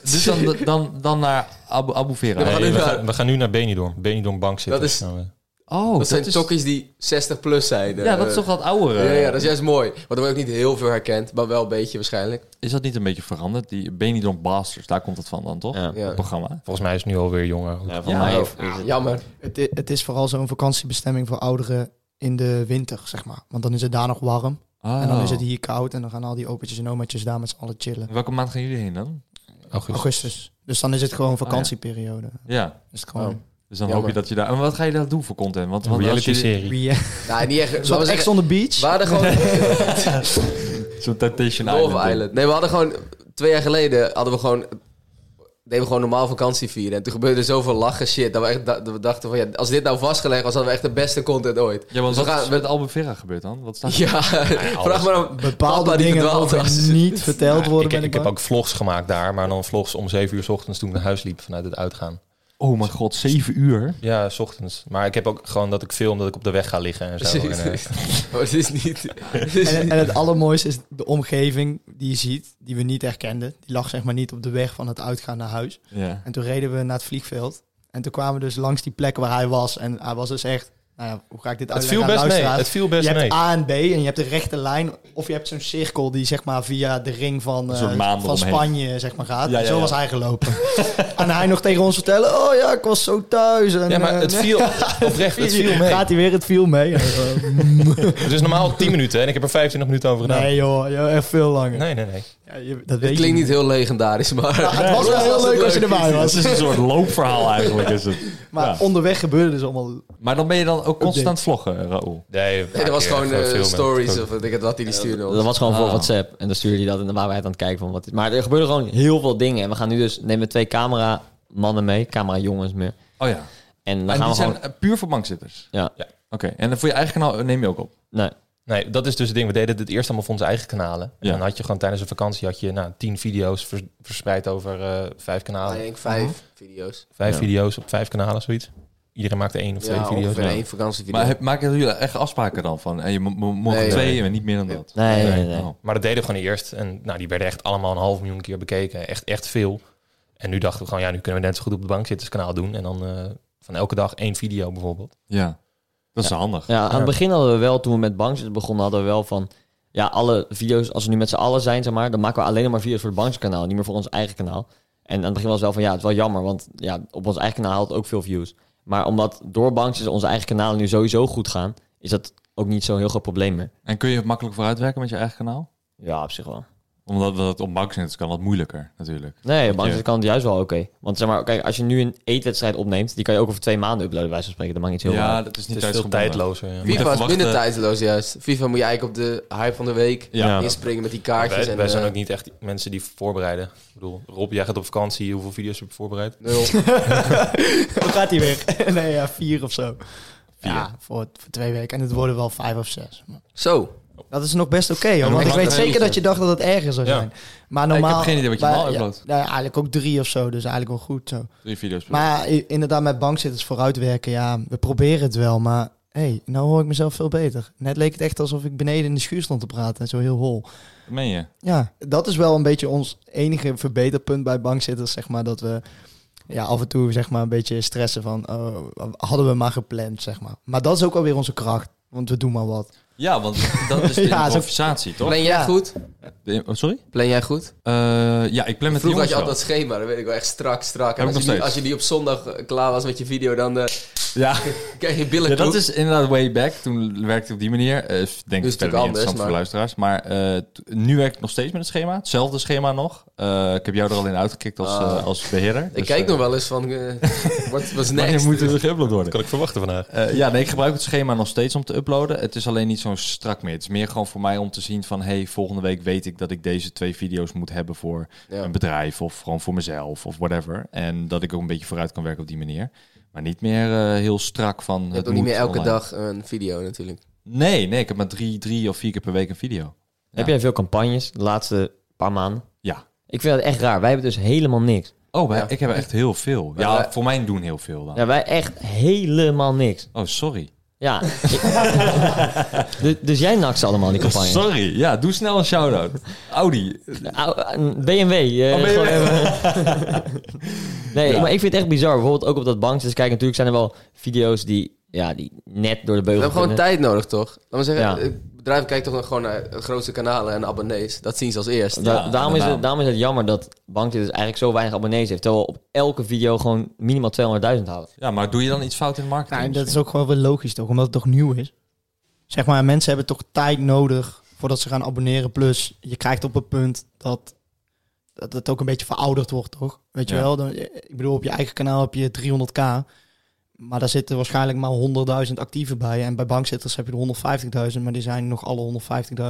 [SPEAKER 2] dus dan, dan, dan naar Abu, Abu Vera.
[SPEAKER 4] Ja,
[SPEAKER 7] hey,
[SPEAKER 4] gaan nu
[SPEAKER 7] we,
[SPEAKER 4] naar-
[SPEAKER 7] gaan, we gaan nu naar Benidorm. Benidorm Bank zitten.
[SPEAKER 4] Dat is-
[SPEAKER 7] Nou, eh,
[SPEAKER 2] Oh,
[SPEAKER 4] dat zijn
[SPEAKER 2] is-
[SPEAKER 4] tokkies die 60 plus zijn.
[SPEAKER 2] Ja, dat is
[SPEAKER 4] eh.
[SPEAKER 2] toch wat ouder.
[SPEAKER 4] Ja, ja, dat is juist mooi. Want er wordt ook niet heel veel herkend, maar wel een beetje waarschijnlijk.
[SPEAKER 2] Is dat niet een beetje veranderd? Die Benidorm Bastards, daar komt het van dan, toch?
[SPEAKER 3] Ja.
[SPEAKER 4] Ja.
[SPEAKER 2] Het programma.
[SPEAKER 7] volgens mij is het nu alweer eh, jonger. ook.
[SPEAKER 3] Ja, van
[SPEAKER 2] Ja,
[SPEAKER 3] mij
[SPEAKER 2] oh.
[SPEAKER 3] heeft- is het-
[SPEAKER 4] Jammer.
[SPEAKER 6] Het i- het is vooral zo'n vakantiebestemming voor ouderen in de winter, zeg maar. Want dan is het daar nog warm. En dan
[SPEAKER 2] Oh.
[SPEAKER 6] is het hier koud en dan gaan al die opetjes en omaatjes daar met z'n allen chillen.
[SPEAKER 2] In welke maand gaan jullie heen dan?
[SPEAKER 7] Augustus.
[SPEAKER 6] Augustus. Dus dan is het gewoon vakantieperiode.
[SPEAKER 2] Ja,
[SPEAKER 6] Is het gewoon
[SPEAKER 2] dus dan
[SPEAKER 4] Jammer.
[SPEAKER 2] hoop je dat je daar... En wat ga je daar doen voor content? Want, want als
[SPEAKER 7] Reality
[SPEAKER 2] jullie-
[SPEAKER 7] serie.
[SPEAKER 6] Wie, eh,
[SPEAKER 4] Nou, niet echt.
[SPEAKER 6] Zo'n
[SPEAKER 4] Laten we
[SPEAKER 6] ex
[SPEAKER 4] zeggen,
[SPEAKER 6] on the beach.
[SPEAKER 4] we hadden gewoon...
[SPEAKER 2] Zo'n Temptation
[SPEAKER 4] Love
[SPEAKER 2] Island.
[SPEAKER 4] Island. Nee, we hadden gewoon... Twee jaar geleden hadden we gewoon... Deden we gewoon normaal vakantie vieren. En toen gebeurde er zoveel lachen shit. Dat we, echt, da- dat we dachten van... Ja, als dit nou vastgelegd was, hadden we echt de beste content ooit.
[SPEAKER 2] Ja, want
[SPEAKER 4] Dus we
[SPEAKER 2] wat
[SPEAKER 4] gaan-
[SPEAKER 2] is met Albufeira gebeurd dan? Wat staat
[SPEAKER 4] Ja, vraag maar aan
[SPEAKER 6] Bepaalde
[SPEAKER 4] papa die
[SPEAKER 6] dingen
[SPEAKER 4] verdwaald was.
[SPEAKER 6] mogen niet verteld
[SPEAKER 7] Nou,
[SPEAKER 6] worden.
[SPEAKER 7] ik,
[SPEAKER 6] ben
[SPEAKER 7] ik heb
[SPEAKER 6] bang.
[SPEAKER 7] ook vlogs gemaakt daar, maar dan vlogs om zeven uur 's ochtends toen ik naar huis liep vanuit het uitgaan.
[SPEAKER 2] oh mijn god, zeven uur.
[SPEAKER 7] Ja, s ochtends. Maar ik heb ook gewoon dat ik film dat ik op de weg ga liggen en zo. En, eh,
[SPEAKER 4] Oh, dit is niet... dit is-
[SPEAKER 6] En, en het allermooiste is de omgeving die je ziet, die we niet herkenden. Die lag zeg maar niet op de weg van het uitgaan naar huis.
[SPEAKER 2] Ja.
[SPEAKER 6] En toen reden we naar het vliegveld. En toen kwamen we dus langs die plek waar hij was. En hij was dus echt... Nou ja, hoe ga ik dit
[SPEAKER 7] het
[SPEAKER 6] uitleggen aan
[SPEAKER 7] viel best mee.
[SPEAKER 6] luisteraars?
[SPEAKER 7] Het viel best
[SPEAKER 6] je
[SPEAKER 7] mee.
[SPEAKER 6] hebt A en B en je hebt de rechte lijn. Of je hebt zo'n cirkel die zeg maar via de ring van,
[SPEAKER 2] Een soort
[SPEAKER 6] eh,
[SPEAKER 2] maan
[SPEAKER 6] van
[SPEAKER 2] eromheen.
[SPEAKER 6] Spanje zeg maar, gaat.
[SPEAKER 2] Ja,
[SPEAKER 6] En
[SPEAKER 2] ja,
[SPEAKER 6] zo
[SPEAKER 2] ja.
[SPEAKER 6] was hij gelopen. en hij nog tegen ons vertellen, oh ja, ik was zo thuis. En,
[SPEAKER 7] Ja, maar
[SPEAKER 6] eh,
[SPEAKER 7] het viel oprecht. Het viel mee.
[SPEAKER 6] Gaat hij weer, het viel mee.
[SPEAKER 7] Het is normaal 10 minuten hè, en ik heb er 25 minuten over gedaan.
[SPEAKER 6] nee joh, joh, echt veel langer.
[SPEAKER 7] Nee, nee, nee.
[SPEAKER 6] Ja, je- dat
[SPEAKER 4] Het
[SPEAKER 6] weet
[SPEAKER 4] klinkt
[SPEAKER 6] je
[SPEAKER 4] niet heel legendarisch, maar...
[SPEAKER 6] Maar Nou, het was wel heel leuk als je erbij
[SPEAKER 2] Dat
[SPEAKER 6] was.
[SPEAKER 2] is een soort loopverhaal eigenlijk is het.
[SPEAKER 6] Maar
[SPEAKER 2] Ja.
[SPEAKER 6] onderweg gebeurde dus allemaal...
[SPEAKER 2] Maar dan ben je dan ook constant aan het vloggen, Raoul.
[SPEAKER 7] Nee,
[SPEAKER 4] Nee, dat was gewoon eh, stories of wat ik het wat hij die stuurde.
[SPEAKER 3] Dat was gewoon voor
[SPEAKER 2] Ah.
[SPEAKER 3] WhatsApp. En dan stuurde hij dat en dan waren wij het aan het kijken van wat... Maar er gebeurden gewoon heel veel dingen. En we gaan nu dus... Nemen we twee cameramannen mee. Camerajongens meer.
[SPEAKER 2] Oh ja.
[SPEAKER 3] En dan
[SPEAKER 2] En
[SPEAKER 3] gaan
[SPEAKER 2] die
[SPEAKER 3] we
[SPEAKER 2] zijn
[SPEAKER 3] gewoon...
[SPEAKER 2] eh, puur voor bankzitters?
[SPEAKER 3] Ja.
[SPEAKER 7] Ja.
[SPEAKER 2] Oké, en dan voor je eigen kanaal neem je ook op?
[SPEAKER 3] Nee.
[SPEAKER 7] Nee, dat is dus het ding. We deden het eerst allemaal voor onze eigen kanalen.
[SPEAKER 2] Ja.
[SPEAKER 7] En dan had je gewoon tijdens een vakantie had je, nou, 10 video's vers- verspreid over eh, vijf
[SPEAKER 4] Ah,
[SPEAKER 7] kanalen.
[SPEAKER 4] ik denk vijf video's.
[SPEAKER 7] Vijf
[SPEAKER 3] Ja.
[SPEAKER 7] video's op vijf kanalen, zoiets. Iedereen maakte één of twee
[SPEAKER 4] Ja,
[SPEAKER 7] video's.
[SPEAKER 4] ongeveer
[SPEAKER 7] Ja.
[SPEAKER 4] één vakantievideo.
[SPEAKER 2] Maar heb, maken jullie echt afspraken dan van? En je mo- mo- mogen
[SPEAKER 4] Nee,
[SPEAKER 2] twee
[SPEAKER 4] nee.
[SPEAKER 2] en niet meer dan dat?
[SPEAKER 3] Nee, nee, nee.
[SPEAKER 2] Oh.
[SPEAKER 7] Maar dat deden we gewoon eerst. En nou, die werden echt allemaal een half miljoen keer bekeken. Echt, echt veel. En nu dachten we gewoon, ja, nu kunnen we net zo goed op de bankzitterskanaal doen. En dan eh, van elke dag één video bijvoorbeeld.
[SPEAKER 2] Ja, dat is handig.
[SPEAKER 3] Ja, aan
[SPEAKER 7] Ja.
[SPEAKER 3] het begin hadden we wel... Toen we met bankzitten begonnen hadden we wel van... Ja, alle video's... Als we nu met z'n allen zijn, zeg maar... Dan maken we alleen nog maar video's voor het bankskanaal. Niet meer voor ons eigen kanaal. En aan het begin was het wel van... Ja, het is wel jammer. Want ja, op ons eigen kanaal had het ook veel views. Maar omdat door bankjes onze eigen kanalen nu sowieso goed gaan... Is dat ook niet zo'n heel groot probleem meer.
[SPEAKER 2] En kun je het makkelijk vooruitwerken met je eigen kanaal?
[SPEAKER 3] Ja, op zich wel.
[SPEAKER 2] Omdat dat op bankzitters kan, dat moeilijker natuurlijk.
[SPEAKER 3] Nee,
[SPEAKER 2] je-
[SPEAKER 3] maar dat kan het juist wel oké. Want zeg maar, kijk, als je nu een eetwedstrijd opneemt, die kan je ook over twee maanden uploaden, bij wijze van spreken. Dat maakt niet heel
[SPEAKER 2] ja,
[SPEAKER 3] ja,
[SPEAKER 2] dat is
[SPEAKER 7] Het
[SPEAKER 2] niet
[SPEAKER 7] is veel
[SPEAKER 2] tijdsgebonden.
[SPEAKER 7] tijdlozer. Ja.
[SPEAKER 2] moet
[SPEAKER 4] FIFA
[SPEAKER 2] even
[SPEAKER 4] is minder
[SPEAKER 2] wachten.
[SPEAKER 4] tijdloos juist. FIFA moet je eigenlijk op de hype van de week
[SPEAKER 2] Ja.
[SPEAKER 4] inspringen met die kaartjes.
[SPEAKER 7] Wij,
[SPEAKER 4] en,
[SPEAKER 7] wij zijn
[SPEAKER 4] eh,
[SPEAKER 7] ook niet echt mensen die voorbereiden. Ik bedoel, Rob, jij gaat op vakantie. Hoeveel video's heb je voorbereid?
[SPEAKER 4] nul.
[SPEAKER 6] Dan gaat hij weer. nee, ja, vier of zo. Ja, voor, voor twee weken. En het worden wel vijf of zes. Maar
[SPEAKER 4] Zo.
[SPEAKER 2] Oh.
[SPEAKER 6] Dat is nog best oké, hoor.
[SPEAKER 7] En
[SPEAKER 6] want ik
[SPEAKER 7] mag
[SPEAKER 6] weet
[SPEAKER 7] er
[SPEAKER 6] zeker
[SPEAKER 7] eentje.
[SPEAKER 6] dat je dacht dat het erger zou
[SPEAKER 7] Ja.
[SPEAKER 6] zijn. Maar normaal...
[SPEAKER 2] heb geen idee wat je
[SPEAKER 6] maar-
[SPEAKER 2] normaal
[SPEAKER 6] ja,
[SPEAKER 2] uploadt.
[SPEAKER 6] nou ja, eigenlijk ook drie of zo, dus eigenlijk wel goed zo.
[SPEAKER 2] Drie video's per
[SPEAKER 6] Maar i- inderdaad, met bankzitters vooruitwerken, ja, we proberen het wel, maar... Hé, hey, nou hoor ik mezelf veel beter. Net leek het echt alsof ik beneden in de schuur stond te praten. Zo heel hol.
[SPEAKER 2] dag. meen je?
[SPEAKER 6] Ja, dat is wel een beetje ons enige verbeterpunt bij bankzitters, zeg maar, dat we ja, af en toe zeg maar een beetje stressen van, oh, hadden we maar gepland, zeg maar. Maar dat is ook alweer onze kracht, want we doen maar wat.
[SPEAKER 2] Ja, want dat is de
[SPEAKER 6] Ja, zo-
[SPEAKER 2] improvisatie, toch?
[SPEAKER 4] Plan jij
[SPEAKER 6] Ja.
[SPEAKER 4] goed?
[SPEAKER 2] De- oh, sorry?
[SPEAKER 4] Plan jij goed?
[SPEAKER 2] Eh, ja, ik plan met de
[SPEAKER 4] Vroeger
[SPEAKER 2] jongens
[SPEAKER 4] had je
[SPEAKER 2] wel.
[SPEAKER 4] altijd dat schema, dat weet ik wel, echt strak, strak. En
[SPEAKER 2] Heb ik
[SPEAKER 4] als,
[SPEAKER 2] nog
[SPEAKER 4] je die,
[SPEAKER 2] steeds.
[SPEAKER 4] als je die op zondag eh, klaar was met je video, dan eh,
[SPEAKER 2] Ja.
[SPEAKER 4] krijg je billen
[SPEAKER 2] Ja, dat
[SPEAKER 4] kroek.
[SPEAKER 2] is inderdaad way back. Toen werkte het op die manier. Eh, f- denk
[SPEAKER 4] Nu
[SPEAKER 2] ik
[SPEAKER 4] is het
[SPEAKER 2] verder niet
[SPEAKER 4] natuurlijk
[SPEAKER 2] interessant voor luisteraars. Maar eh, t- nu werk ik nog steeds met het schema. Hetzelfde schema nog. Eh, ik heb jou er al in uitgekikt als,
[SPEAKER 4] Ah.
[SPEAKER 2] eh, als beheerder.
[SPEAKER 4] Ik kijk nog wel eens van, eh, wat was
[SPEAKER 2] Wanneer
[SPEAKER 4] next?
[SPEAKER 2] moet er geüpload worden?
[SPEAKER 7] Kan ik verwachten vandaag.
[SPEAKER 2] Eh, ja, nee, ik gebruik het schema nog steeds om te uploaden. Het is alleen niet zo strak meer. Het is meer gewoon voor mij om te zien van... hey, volgende week weet ik dat ik deze twee video's moet hebben voor
[SPEAKER 4] Ja.
[SPEAKER 2] een bedrijf... of gewoon voor mezelf of whatever. En dat ik ook een beetje vooruit kan werken op die manier. Maar niet meer eh, heel strak van...
[SPEAKER 4] Je
[SPEAKER 2] het
[SPEAKER 4] hebt ook niet
[SPEAKER 2] moet
[SPEAKER 4] meer elke
[SPEAKER 2] online.
[SPEAKER 4] dag een video natuurlijk.
[SPEAKER 2] Nee, nee, ik heb maar drie, drie of vier keer per week een video.
[SPEAKER 3] Heb jij veel campagnes de laatste paar maanden?
[SPEAKER 2] Ja.
[SPEAKER 3] Ik vind dat echt raar. Wij hebben dus helemaal niks.
[SPEAKER 2] Oh, wij-
[SPEAKER 4] Ja.
[SPEAKER 2] ik heb er echt heel veel. Ja,
[SPEAKER 4] wij-
[SPEAKER 2] voor mij doen heel veel dan.
[SPEAKER 3] Ja, wij echt helemaal niks.
[SPEAKER 2] Oh, sorry.
[SPEAKER 3] Ja. ik- dus, dus jij nakt ze allemaal, die campagne.
[SPEAKER 2] Sorry. Ja, doe snel een shout-out. Audi.
[SPEAKER 3] Au- eh, BMW. eh,
[SPEAKER 2] Oh, BMW.
[SPEAKER 3] gewoon even- nee,
[SPEAKER 2] Ja.
[SPEAKER 3] maar ik vind het echt bizar. Bijvoorbeeld ook op dat bankjes kijken. Natuurlijk zijn er wel video's die, ja, die net door de
[SPEAKER 4] We
[SPEAKER 3] beugel
[SPEAKER 4] hebben gewoon
[SPEAKER 3] kunnen.
[SPEAKER 4] tijd nodig, toch? Laten we zeggen,
[SPEAKER 3] Ja.
[SPEAKER 4] het bedrijf kijkt toch nog gewoon naar de grootste kanalen en abonnees. Dat zien ze als eerst.
[SPEAKER 3] Da-
[SPEAKER 2] Ja,
[SPEAKER 3] daarom, is
[SPEAKER 2] inderdaad.
[SPEAKER 3] het, daarom is het jammer dat Bankje dus eigenlijk zo weinig abonnees heeft. Terwijl op elke video gewoon minimaal 200.000 houdt.
[SPEAKER 2] Ja, maar doe je dan iets fout in de marketing?
[SPEAKER 6] Nou, en dat is
[SPEAKER 2] misschien?
[SPEAKER 6] ook gewoon wel logisch toch, omdat het toch nieuw is. Zeg maar, mensen hebben toch tijd nodig voordat ze gaan abonneren. Plus, je krijgt op een punt dat dat het ook een beetje verouderd wordt, toch? Weet je
[SPEAKER 2] Ja.
[SPEAKER 6] wel? Dan, eh, ik bedoel, op je eigen kanaal heb je 300k. Maar daar zitten waarschijnlijk maar 100.000 actieven bij. En bij bankzitters heb je er 150.000, maar die zijn nog alle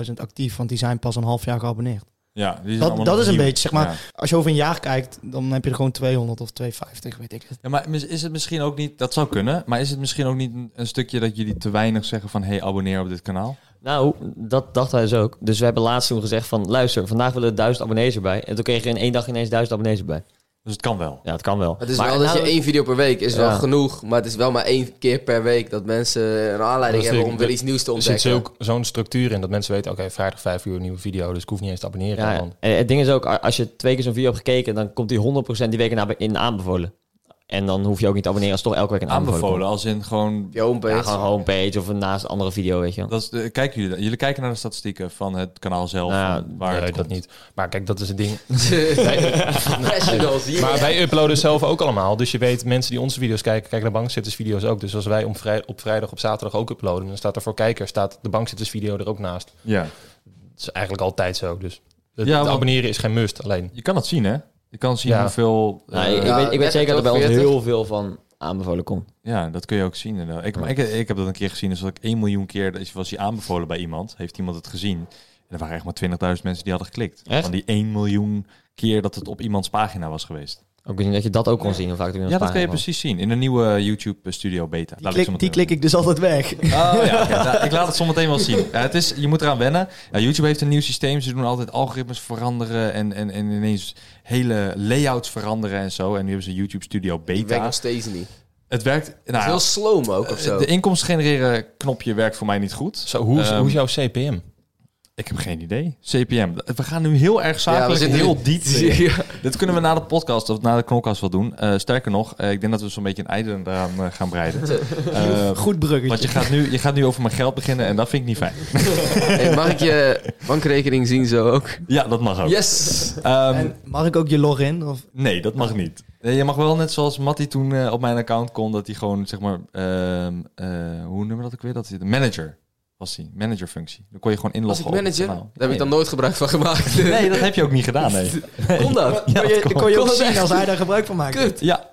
[SPEAKER 6] 150.000 actief, want die zijn pas een half jaar geabonneerd.
[SPEAKER 2] Ja, die zijn
[SPEAKER 6] dat-
[SPEAKER 2] allemaal
[SPEAKER 6] dat
[SPEAKER 2] nog
[SPEAKER 6] is een
[SPEAKER 2] nieuw.
[SPEAKER 6] beetje, zeg maar,
[SPEAKER 2] Ja.
[SPEAKER 6] Als je over een jaar kijkt, dan heb je er gewoon 200 of 250, weet ik het.
[SPEAKER 2] Ja, maar mis- is het misschien ook niet... Dat zou kunnen. Maar is het misschien ook niet een, een stukje dat jullie te weinig zeggen van... hey, abonneer op dit kanaal?
[SPEAKER 3] Nou, dat dachten wij dus ook. Dus we hebben laatst toen gezegd van... Luister, vandaag willen we 1000 abonnees erbij. En toen kregen we in één dag ineens 1000 abonnees erbij.
[SPEAKER 2] Dus het kan wel.
[SPEAKER 3] Ja, het kan wel.
[SPEAKER 4] Het is
[SPEAKER 3] Maar
[SPEAKER 4] wel dat
[SPEAKER 3] nou-
[SPEAKER 4] je één video per week is wel
[SPEAKER 3] Ja.
[SPEAKER 4] genoeg, maar het is wel maar één keer per week dat mensen een aanleiding
[SPEAKER 7] Dat is
[SPEAKER 4] hebben om
[SPEAKER 7] natuurlijk-
[SPEAKER 4] weer iets nieuws te
[SPEAKER 7] Er zit
[SPEAKER 4] ontdekken.
[SPEAKER 7] zulk- zo'n structuur in dat mensen weten, oké, vrijdag 5 uur nieuwe video, dus ik hoef niet eens te abonneren.
[SPEAKER 3] Ja,
[SPEAKER 7] dan.
[SPEAKER 3] en het ding is ook, a- als je twee keer zo'n video hebt gekeken, dan komt die 100% die week erna in aanbevolen. En dan hoef je ook niet te abonneren als het toch elke week een aanbevolen.
[SPEAKER 2] Aanbevolen, als in gewoon...
[SPEAKER 4] Op je homepage.
[SPEAKER 3] komt. Ja, gewoon een homepage of een naast een andere video, weet je wel.
[SPEAKER 2] Dat is de, kijken jullie, jullie kijken naar de statistieken van het kanaal zelf.
[SPEAKER 3] Nou,
[SPEAKER 2] van waar
[SPEAKER 7] Nee,
[SPEAKER 2] het
[SPEAKER 7] dat
[SPEAKER 2] komt.
[SPEAKER 7] niet. Maar kijk, dat is het ding.
[SPEAKER 4] Professionals. hier.
[SPEAKER 7] Maar wij uploaden zelf ook allemaal. Dus je weet, mensen die onze video's kijken, kijken naar bankzittersvideo's ook. Dus als wij om vrij, op vrijdag, op zaterdag ook uploaden, dan staat er voor kijkers staat de bankzittersvideo er ook naast.
[SPEAKER 2] Ja.
[SPEAKER 7] Dat is eigenlijk altijd zo. Dus het,
[SPEAKER 2] Ja,
[SPEAKER 7] het
[SPEAKER 2] want-
[SPEAKER 7] abonneren is geen must alleen.
[SPEAKER 2] Je kan het zien, hè? Je kan zien
[SPEAKER 7] Ja.
[SPEAKER 2] hoeveel... eh,
[SPEAKER 3] Nou, ik,
[SPEAKER 4] Ja,
[SPEAKER 3] ik weet, ik weet
[SPEAKER 4] 30
[SPEAKER 3] zeker dat bij ons
[SPEAKER 4] 40.
[SPEAKER 3] heel veel van aanbevolen komt.
[SPEAKER 2] Ja, dat kun je ook zien. inderdaad. Ik, maar ik, ik heb dat een keer gezien. Dus dat ik 1 miljoen keer dat was die aanbevolen bij iemand. Heeft iemand het gezien? En er waren echt maar 20.000 mensen die hadden geklikt.
[SPEAKER 3] Echt?
[SPEAKER 2] Van die 1 miljoen keer dat het op iemands pagina was geweest.
[SPEAKER 3] Ook niet dat je dat ook kon zien. Hoe vaak
[SPEAKER 2] Ja, dat kun je precies zien. In de nieuwe eh, YouTube Studio Beta.
[SPEAKER 6] Die, klik, die klik ik dus altijd weg.
[SPEAKER 2] Oh ja, oké. Nou, ik laat het zometeen wel zien. Ja, het is, je moet eraan wennen. Ja, YouTube heeft een nieuw systeem. Ze doen altijd algoritmes veranderen en, en, en ineens hele layouts veranderen en zo. En nu hebben ze YouTube Studio
[SPEAKER 4] Ik werk
[SPEAKER 2] Beta.
[SPEAKER 4] nog steeds niet. Het
[SPEAKER 2] Het werkt...
[SPEAKER 4] is
[SPEAKER 2] Nou,
[SPEAKER 4] heel slow mo ook of zo.
[SPEAKER 2] de inkomsten genereren knopje werkt voor mij niet goed.
[SPEAKER 7] Zo, hoe, is-
[SPEAKER 2] Ehm,
[SPEAKER 7] hoe is jouw CPM?
[SPEAKER 2] Ik heb geen idee. CPM. We gaan nu heel erg
[SPEAKER 4] Ja, we
[SPEAKER 2] zakelijk,
[SPEAKER 4] zitten
[SPEAKER 2] heel
[SPEAKER 4] in-
[SPEAKER 2] diep. in.
[SPEAKER 4] Ja.
[SPEAKER 2] Dit kunnen we na de podcast of na de knokkast wel doen. Eh, sterker nog, eh, ik denk dat we zo'n beetje een einde eraan eh, gaan breiden. Eh,
[SPEAKER 6] Goed
[SPEAKER 2] want je
[SPEAKER 6] bruggetje.
[SPEAKER 2] gaat, nu, je gaat nu over mijn geld beginnen en dat vind ik niet fijn.
[SPEAKER 4] Hey, mag ik je bankrekening zien zo ook?
[SPEAKER 2] Ja, dat mag ook.
[SPEAKER 4] Yes!
[SPEAKER 2] Ehm,
[SPEAKER 6] En mag ik ook je login? Of
[SPEAKER 2] Nee, dat mag niet. Nee, je mag wel net zoals Matty toen eh, op mijn account kon, dat hij gewoon, zeg maar, ehm, eh, hoe noemen we dat ook weer? Dat hij de manager was hij, managerfunctie. Dan kon je gewoon
[SPEAKER 4] Was
[SPEAKER 2] inloggen.
[SPEAKER 4] ik
[SPEAKER 2] op het
[SPEAKER 4] manager? Daar
[SPEAKER 2] kanaal.
[SPEAKER 4] heb ik dan
[SPEAKER 2] nee,
[SPEAKER 4] nooit gebruik van gemaakt.
[SPEAKER 2] Nee, dat heb je ook niet gedaan, nee.
[SPEAKER 4] Kon dat?
[SPEAKER 6] kon je, kon je
[SPEAKER 4] Kon
[SPEAKER 6] ook
[SPEAKER 4] dat
[SPEAKER 6] zien
[SPEAKER 4] echt?
[SPEAKER 6] als hij daar gebruik van maakt?
[SPEAKER 4] Kut.
[SPEAKER 2] Ja.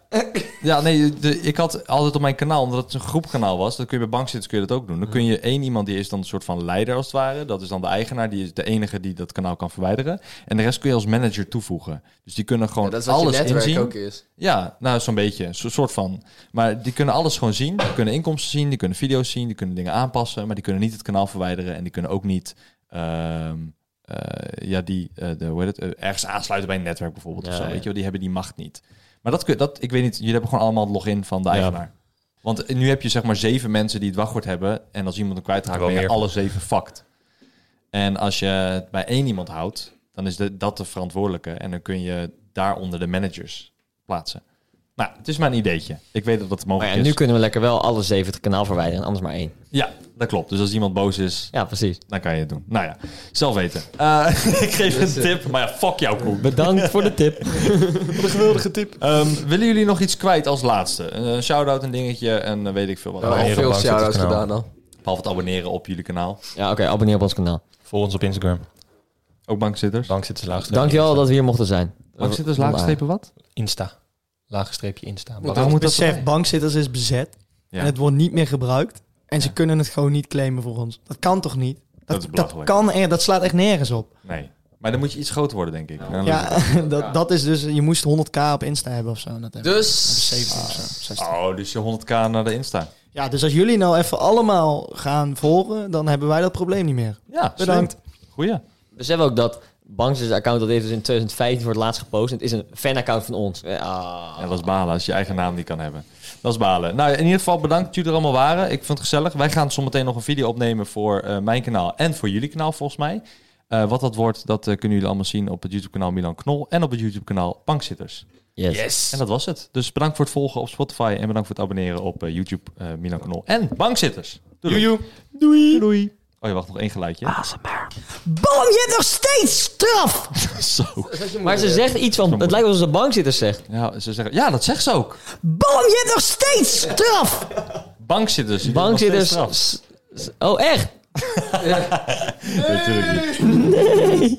[SPEAKER 2] Ja, nee, de- ik had altijd op mijn kanaal, omdat het een groepkanaal was, dat kun je bij bankzitters kun je dat ook doen. Dan kun je één iemand, die is dan een soort van leider als het ware, dat is dan de eigenaar, die is de enige die dat kanaal kan verwijderen. En de rest kun je als manager toevoegen. Dus die kunnen gewoon
[SPEAKER 4] Ja, dat is wat
[SPEAKER 2] alles
[SPEAKER 4] je netwerk
[SPEAKER 2] inzien.
[SPEAKER 4] ook is.
[SPEAKER 2] Ja, nou zo'n beetje, een so- soort van. Maar die kunnen alles gewoon zien, die kunnen inkomsten zien, die kunnen video's zien, die kunnen dingen aanpassen, maar die kunnen niet het kanaal verwijderen en die kunnen ook niet... ehm, eh, ja, die eh, de, hoe heet het, eh, ergens aansluiten bij een netwerk bijvoorbeeld.
[SPEAKER 3] Ja,
[SPEAKER 2] of zo,
[SPEAKER 3] ja.
[SPEAKER 2] Weet je, wel, die hebben die macht niet. Maar dat, kun, dat, ik weet niet, jullie hebben gewoon allemaal het login van de eigenaar. Want nu heb je zeg maar zeven mensen die het wachtwoord hebben. En als iemand hem kwijtraakt,
[SPEAKER 7] Wel
[SPEAKER 2] ben je
[SPEAKER 7] meer.
[SPEAKER 2] alle zeven fucked. En als je het bij één iemand houdt, dan is de, dat de verantwoordelijke. En dan kun je daaronder de managers plaatsen. Nou, het is maar een ideetje. Ik weet dat dat
[SPEAKER 3] Maar
[SPEAKER 2] mogelijk
[SPEAKER 3] ja, nu
[SPEAKER 2] is.
[SPEAKER 3] kunnen we lekker wel alle zeven het kanaal verwijderen en anders maar één.
[SPEAKER 2] Ja, dat klopt. Dus als iemand boos is,
[SPEAKER 3] Ja, precies.
[SPEAKER 2] dan kan je het doen. Nou ja, zelf weten. Eh, ik geef een tip, maar ja, fuck jou, Koen.
[SPEAKER 3] Bedankt voor de tip.
[SPEAKER 2] Ehm, willen jullie nog iets kwijt als laatste? Een eh, shout-out, een dingetje en eh, weet ik veel wat.
[SPEAKER 4] We hebben al Oh,
[SPEAKER 7] Abonneren
[SPEAKER 4] veel
[SPEAKER 7] op
[SPEAKER 4] shout-outs
[SPEAKER 7] Bankzitterskanaal.
[SPEAKER 4] gedaan al.
[SPEAKER 2] Behalve het abonneren op jullie kanaal.
[SPEAKER 3] Ja, oké, abonneer op ons kanaal.
[SPEAKER 7] Volg ons op Instagram.
[SPEAKER 2] Ook bankzitters.
[SPEAKER 7] Bankzitters laagstreepje.
[SPEAKER 3] Dankjewel dat we hier mochten zijn.
[SPEAKER 2] Bankzitters, laagstrepen wat?
[SPEAKER 7] Insta. Laagstreepje Insta.
[SPEAKER 2] Waarom
[SPEAKER 6] Want
[SPEAKER 2] moet dat
[SPEAKER 6] besef,
[SPEAKER 2] erbij?
[SPEAKER 6] bankzitters is bezet.
[SPEAKER 2] Ja.
[SPEAKER 6] En het wordt niet meer gebruikt. En ze kunnen het gewoon niet claimen voor ons. Dat kan toch niet?
[SPEAKER 2] Dat is
[SPEAKER 6] dat,
[SPEAKER 2] belachelijk.
[SPEAKER 6] kan er, dat slaat echt nergens op.
[SPEAKER 2] Nee. Maar dan moet je iets groter worden, denk ik. Dan-
[SPEAKER 6] Ja, dat, dat is dus... Je moest 100k op Insta hebben of zo. Dat hebben we.
[SPEAKER 4] Dus,
[SPEAKER 6] 70 of zo, 60.
[SPEAKER 2] Oh, dus je 100k naar de Insta.
[SPEAKER 6] Ja, dus als jullie nou even allemaal gaan volgen... dan hebben wij dat probleem niet meer.
[SPEAKER 2] Ja, slim.
[SPEAKER 6] Bedankt.
[SPEAKER 2] Goeie.
[SPEAKER 3] Besef ook dat Banks' account, dat heeft dus in 2015 voor het laatst gepost. En het is een fanaccount van ons. Ja,
[SPEAKER 2] Ja, dat is balen, als je je eigen naam niet kan hebben. Dat is balen. Nou, in ieder geval bedankt dat jullie er allemaal waren. Ik vond het gezellig. Wij gaan zometeen nog een video opnemen voor eh, mijn kanaal en voor jullie kanaal, volgens mij. Eh, wat dat wordt, dat eh, kunnen jullie allemaal zien op het YouTube-kanaal Milan Knol en op het YouTube-kanaal Bankzitters.
[SPEAKER 3] yes.
[SPEAKER 2] En dat was het. Dus bedankt voor het volgen op Spotify en bedankt voor het abonneren op eh, YouTube eh, Milan Knol en Bankzitters. Doei. Doei. Doei. Oh, je wacht nog één geluidje.
[SPEAKER 5] Bam, je hebt nog steeds straf!
[SPEAKER 2] Zo.
[SPEAKER 3] Maar ze zegt iets van, het lijkt alsof ze bankzitter zegt.
[SPEAKER 2] Ja, ze zeggen, ja, dat zegt ze ook.
[SPEAKER 5] Bam, je hebt nog steeds straf!
[SPEAKER 2] Bankzitters. die doen nog steeds
[SPEAKER 3] Bankzitters...
[SPEAKER 2] straf.
[SPEAKER 3] s- s- Oh, echt?
[SPEAKER 2] Natuurlijk niet.